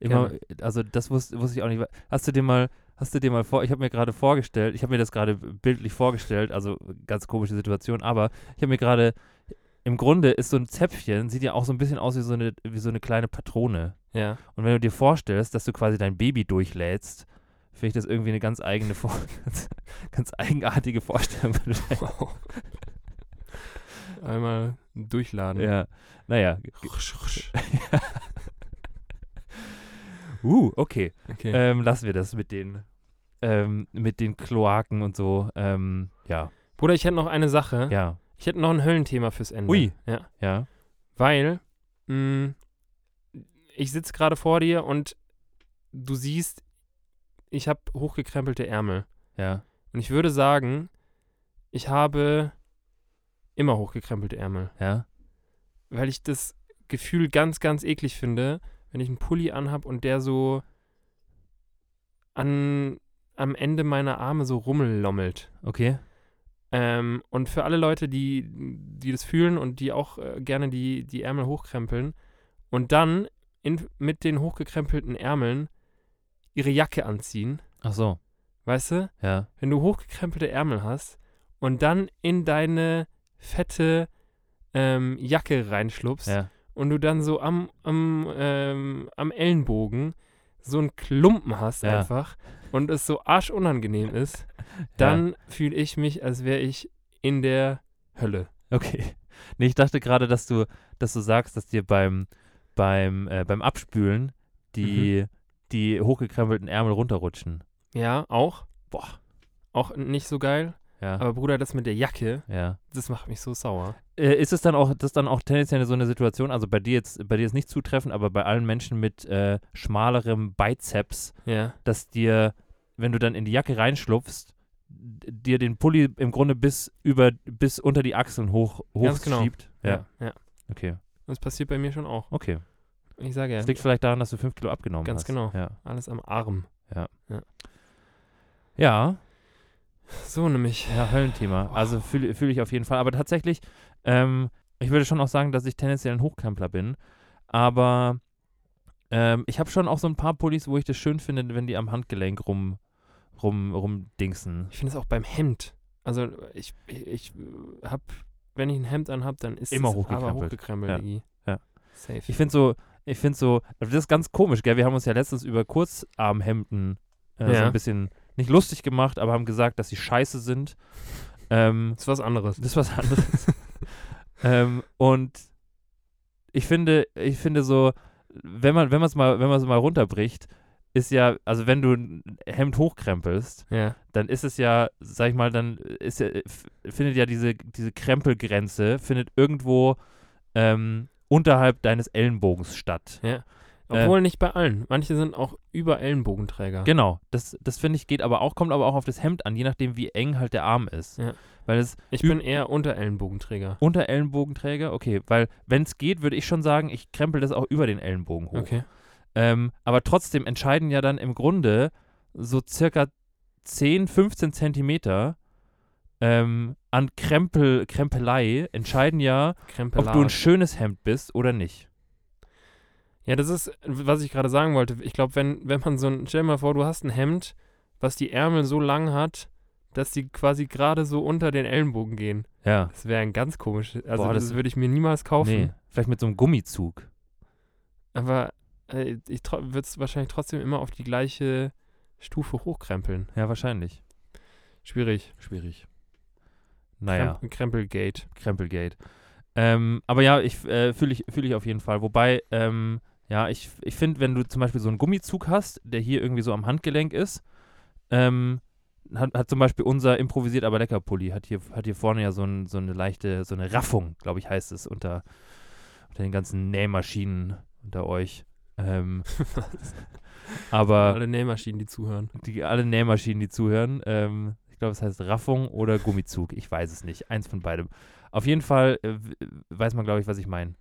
Speaker 2: Immer, also das wusste, wusste ich auch nicht. Hast du dir mal, hast du dir mal vor, ich habe mir gerade vorgestellt, ich habe mir das gerade bildlich vorgestellt, also ganz komische Situation, aber ich habe mir gerade, im Grunde ist so ein Zäpfchen, sieht ja auch so ein bisschen aus wie so eine, wie so eine kleine Patrone.
Speaker 3: Ja.
Speaker 2: Und wenn du dir vorstellst, dass du quasi dein Baby durchlädst, finde ich das irgendwie eine ganz eigene, Vor ganz, ganz eigenartige Vorstellung.
Speaker 3: Einmal durchladen.
Speaker 2: ja, naja.
Speaker 3: Rusch, rusch.
Speaker 2: Uh, okay.
Speaker 3: Okay.
Speaker 2: Ähm, lassen wir das mit den, ähm, mit den Kloaken und so. Ähm, ja,
Speaker 3: Bruder, ich hätte noch eine Sache.
Speaker 2: ja,
Speaker 3: Ich hätte noch ein Höllenthema fürs Ende.
Speaker 2: Ui.
Speaker 3: Ja. mm,
Speaker 2: ja.
Speaker 3: Weil, mh, ich sitze gerade vor dir und du siehst, ich habe hochgekrempelte Ärmel.
Speaker 2: Ja.
Speaker 3: Und ich würde sagen, ich habe immer hochgekrempelte Ärmel,
Speaker 2: Ja.
Speaker 3: weil ich das Gefühl ganz, ganz eklig finde, wenn ich einen Pulli anhab und der so an, am Ende meiner Arme so rummellommelt.
Speaker 2: Okay.
Speaker 3: Ähm, und für alle Leute, die, die das fühlen und die auch äh, gerne die, die Ärmel hochkrempeln und dann in, mit den hochgekrempelten Ärmeln ihre Jacke anziehen,
Speaker 2: Ach so.
Speaker 3: weißt du?
Speaker 2: Ja.
Speaker 3: wenn du hochgekrempelte Ärmel hast und dann in deine fette ähm, Jacke reinschlupfst
Speaker 2: Ja.
Speaker 3: und du dann so am, am, ähm, am Ellenbogen so einen Klumpen hast
Speaker 2: Ja.
Speaker 3: einfach und es so arschunangenehm ist, dann fühle ich mich, als wäre ich in der Hölle.
Speaker 2: Okay. Nee, ich dachte gerade, dass du, dass du sagst, dass dir beim, beim, äh, beim Abspülen die,
Speaker 3: Mhm.
Speaker 2: die hochgekrempelten Ärmel runterrutschen.
Speaker 3: Ja, auch. Boah. Auch nicht so geil.
Speaker 2: Ja.
Speaker 3: Aber Bruder, das mit der Jacke,
Speaker 2: ja.
Speaker 3: das macht mich so sauer.
Speaker 2: Äh, ist es dann auch, das ist dann auch tendenziell so eine Situation, also bei dir jetzt, bei dir ist nicht zutreffend, aber bei allen Menschen mit äh, schmalerem Bizeps,
Speaker 3: Ja.
Speaker 2: dass dir, wenn du dann in die Jacke reinschlupfst, d- dir den Pulli im Grunde bis über, bis unter die Achseln hoch,
Speaker 3: Ganz genau.
Speaker 2: hochschiebt. Ja.
Speaker 3: ja.
Speaker 2: Okay.
Speaker 3: Das passiert bei mir schon auch.
Speaker 2: Okay.
Speaker 3: Ich sage ja,
Speaker 2: Das liegt vielleicht daran, dass du fünf Kilo abgenommen
Speaker 3: Ganz
Speaker 2: hast.
Speaker 3: genau.
Speaker 2: Ja.
Speaker 3: alles am Arm.
Speaker 2: Ja.
Speaker 3: So nämlich.
Speaker 2: Ja, Höllenthema. Also fühle fühl ich auf jeden Fall. Aber tatsächlich, ähm, ich würde schon auch sagen, dass ich tendenziell ein Hochkrempler bin. Aber ähm, ich habe schon auch so ein paar Pullis, wo ich das schön finde, wenn die am Handgelenk rum, rum, rumdingsen.
Speaker 3: Ich finde es auch beim Hemd. Also ich, ich habe, wenn ich ein Hemd anhab, dann ist
Speaker 2: Immer
Speaker 3: es
Speaker 2: hochgekrempelt.
Speaker 3: aber hochgekrempelt.
Speaker 2: Ja.
Speaker 3: Iggy.
Speaker 2: Ja.
Speaker 3: Safe.
Speaker 2: Ich finde so, ich finde so, das ist ganz komisch, gell? Wir haben uns ja letztens über Kurzarmhemden äh, so
Speaker 3: Ja.
Speaker 2: ein bisschen nicht lustig gemacht, aber haben gesagt, dass sie scheiße sind. Ähm,
Speaker 3: das ist was anderes.
Speaker 2: Das ist was anderes. ähm, und ich finde, ich finde so, wenn man, wenn man es mal, wenn man es mal runterbricht, ist ja, also wenn du ein Hemd hochkrempelst,
Speaker 3: Ja.
Speaker 2: dann ist es ja, sag ich mal, dann ist ja, äh, f- findet ja diese, diese Krempelgrenze, findet irgendwo ähm, unterhalb deines Ellenbogens statt. Äh,
Speaker 3: Obwohl nicht bei allen. Manche sind auch über Ellenbogenträger.
Speaker 2: Genau, das, das finde ich geht aber auch, kommt aber auch auf das Hemd an, je nachdem wie eng halt der Arm ist.
Speaker 3: Ja.
Speaker 2: Weil es
Speaker 3: Ich
Speaker 2: Üb-
Speaker 3: bin eher unter Ellenbogenträger.
Speaker 2: Unter Ellenbogenträger? Okay, weil wenn es geht, würde ich schon sagen, ich krempel das auch über den Ellenbogen hoch.
Speaker 3: Okay.
Speaker 2: Ähm, aber trotzdem entscheiden ja dann im Grunde so circa 10, 15 Zentimeter ähm, an Krempel, Krempelei entscheiden ja, ob du ein
Speaker 3: Krempelage.
Speaker 2: schönes Hemd bist oder nicht.
Speaker 3: Ja, das ist, was ich gerade sagen wollte. Ich glaube, wenn, wenn man so ein, stell dir mal vor, du hast ein Hemd, was die Ärmel so lang hat, dass die quasi gerade so unter den Ellenbogen gehen.
Speaker 2: Ja.
Speaker 3: Das wäre ein ganz komisches. Also
Speaker 2: Boah,
Speaker 3: das,
Speaker 2: das-
Speaker 3: würde ich mir niemals kaufen.
Speaker 2: Nee, vielleicht mit so einem Gummizug.
Speaker 3: Aber äh, ich würde es wahrscheinlich trotzdem immer auf die gleiche Stufe hochkrempeln.
Speaker 2: Ja, wahrscheinlich.
Speaker 3: Schwierig.
Speaker 2: Schwierig. Naja.
Speaker 3: Kremp Krempelgate.
Speaker 2: Krempelgate. Ähm, aber ja, ich äh, fühle ich, fühl ich auf jeden Fall. Wobei, ähm, ja, ich, ich finde, wenn du zum Beispiel so einen Gummizug hast, der hier irgendwie so am Handgelenk ist, ähm, hat, hat zum Beispiel unser improvisiert aber lecker Pulli, hat hier, hat hier vorne ja so, ein, so eine leichte, so eine Raffung, glaube ich, heißt es, unter, unter den ganzen Nähmaschinen unter euch. Ähm, aber
Speaker 3: Alle Nähmaschinen, die zuhören.
Speaker 2: die, alle Nähmaschinen, die zuhören. Ähm, ich glaube, es heißt Raffung oder Gummizug. Ich weiß es nicht. Eins von beidem. Auf jeden Fall äh, w- weiß man, glaube ich, was ich meine.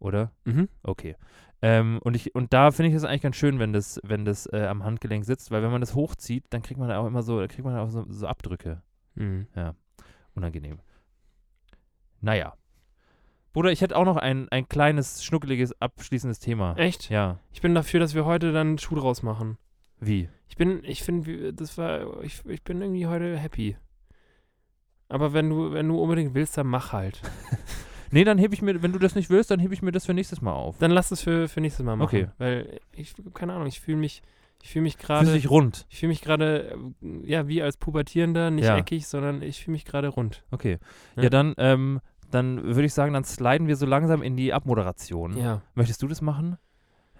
Speaker 2: Oder?
Speaker 3: Mhm.
Speaker 2: Okay. Ähm, und, ich, und da finde ich es eigentlich ganz schön, wenn das, wenn das äh, am Handgelenk sitzt, weil wenn man das hochzieht, dann kriegt man da auch immer so, da kriegt man da auch so, so Abdrücke.
Speaker 3: Mhm.
Speaker 2: Unangenehm. Naja. Bruder, ich hätte auch noch ein, ein kleines, schnuckeliges, abschließendes Thema.
Speaker 3: Echt?
Speaker 2: Ja.
Speaker 3: Ich bin dafür, dass wir heute dann einen Schuh draus machen.
Speaker 2: Wie?
Speaker 3: Ich bin, ich finde, das war, ich, ich bin irgendwie heute happy. Aber wenn du, wenn du unbedingt willst, dann mach halt.
Speaker 2: Nee, dann hebe ich mir, wenn du das nicht willst, dann hebe ich mir das für nächstes Mal auf.
Speaker 3: Dann lass es für, für nächstes Mal machen.
Speaker 2: Okay.
Speaker 3: Weil ich, keine Ahnung, ich fühle mich, ich fühle mich
Speaker 2: Fühlt
Speaker 3: gerade,
Speaker 2: sich rund.
Speaker 3: ich fühle mich gerade, äh, ja, wie als Pubertierender, nicht
Speaker 2: Ja.
Speaker 3: eckig, sondern ich fühle mich gerade rund.
Speaker 2: Okay. Ja,
Speaker 3: Ja.
Speaker 2: dann, ähm, dann würde ich sagen, dann sliden wir so langsam in die Abmoderation.
Speaker 3: Ja.
Speaker 2: Möchtest du das machen?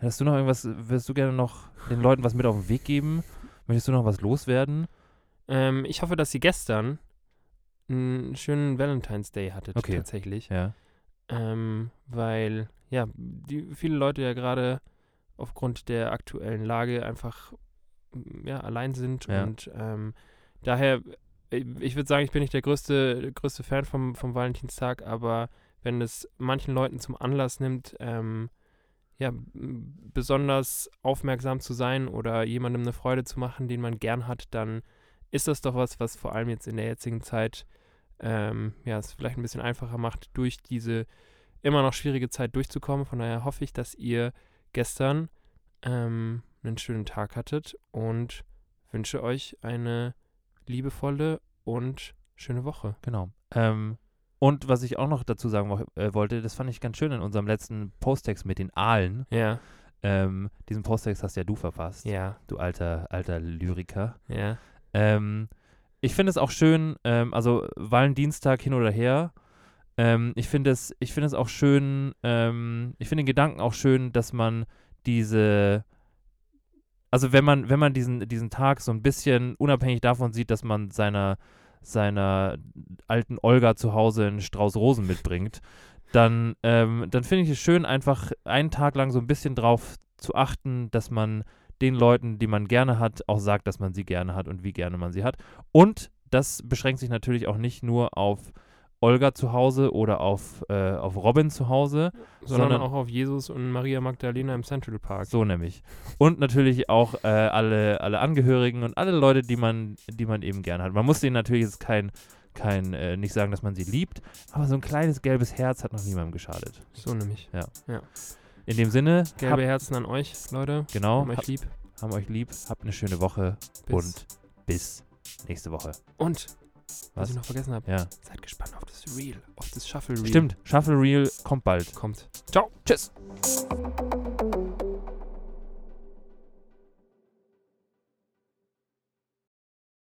Speaker 2: Hast du noch irgendwas, würdest du gerne noch den Leuten was mit auf den Weg geben? Möchtest du noch was loswerden?
Speaker 3: Ähm, ich hoffe, dass sie gestern einen schönen Valentine's Day hattet,
Speaker 2: Okay.
Speaker 3: tatsächlich.
Speaker 2: Ja.
Speaker 3: Ähm, weil, ja, die, viele Leute ja gerade aufgrund der aktuellen Lage einfach mm, ja, allein sind.
Speaker 2: Ja.
Speaker 3: Und ähm, daher, ich, ich würde sagen, ich bin nicht der größte, größte Fan vom, vom Valentinstag, aber wenn es manchen Leuten zum Anlass nimmt, ähm, ja, m- besonders aufmerksam zu sein oder jemandem eine Freude zu machen, den man gern hat, dann ist das doch was, was vor allem jetzt in der jetzigen Zeit ähm, ja, es vielleicht ein bisschen einfacher macht, durch diese immer noch schwierige Zeit durchzukommen. Von daher hoffe ich, dass ihr gestern ähm, einen schönen Tag hattet und wünsche euch eine liebevolle und schöne Woche.
Speaker 2: Genau. Ähm, und was ich auch noch dazu sagen wo, äh, wollte, das fand ich ganz schön in unserem letzten Posttext mit den Aalen.
Speaker 3: Ja,
Speaker 2: Ähm, diesen Posttext hast ja du verfasst,
Speaker 3: ja,
Speaker 2: du alter, alter Lyriker.
Speaker 3: ja.
Speaker 2: Ähm, ich finde es auch schön, ähm, also Valentinstag hin oder her. Ähm, ich finde es, ich finde es auch schön, ähm, ich finde den Gedanken auch schön, dass man diese, also wenn man, wenn man diesen, diesen Tag so ein bisschen unabhängig davon sieht, dass man seiner, seiner alten Olga zu Hause einen Strauß Rosen mitbringt, dann, ähm, dann finde ich es schön, einfach einen Tag lang so ein bisschen drauf zu achten, dass man den Leuten, die man gerne hat, auch sagt, dass man sie gerne hat und wie gerne man sie hat. Und das beschränkt sich natürlich auch nicht nur auf Olga zu Hause oder auf, äh, auf Robin zu Hause,
Speaker 3: Sondern,
Speaker 2: Sondern-
Speaker 3: auch auf Jesus und Maria Magdalena im Central Park.
Speaker 2: so nämlich. Und natürlich auch äh, alle, alle Angehörigen und alle Leute, die man, die man eben gerne hat. Man muss denen natürlich jetzt kein, kein äh, nicht sagen, dass man sie liebt, aber so ein kleines gelbes Herz hat noch niemandem geschadet.
Speaker 3: So nämlich.
Speaker 2: In dem Sinne,
Speaker 3: Gelbe
Speaker 2: habt,
Speaker 3: Herzen an euch, Leute.
Speaker 2: genau,
Speaker 3: Haben euch
Speaker 2: hab,
Speaker 3: lieb.
Speaker 2: haben euch lieb, habt eine schöne Woche
Speaker 3: Bis.
Speaker 2: und bis nächste Woche.
Speaker 3: Und, was,
Speaker 2: Was?
Speaker 3: ich noch vergessen habe,
Speaker 2: Ja.
Speaker 3: seid gespannt auf das Reel, auf das Shuffle Reel.
Speaker 2: Stimmt, Shuffle Reel kommt bald.
Speaker 3: Kommt.
Speaker 2: Ciao. Tschüss.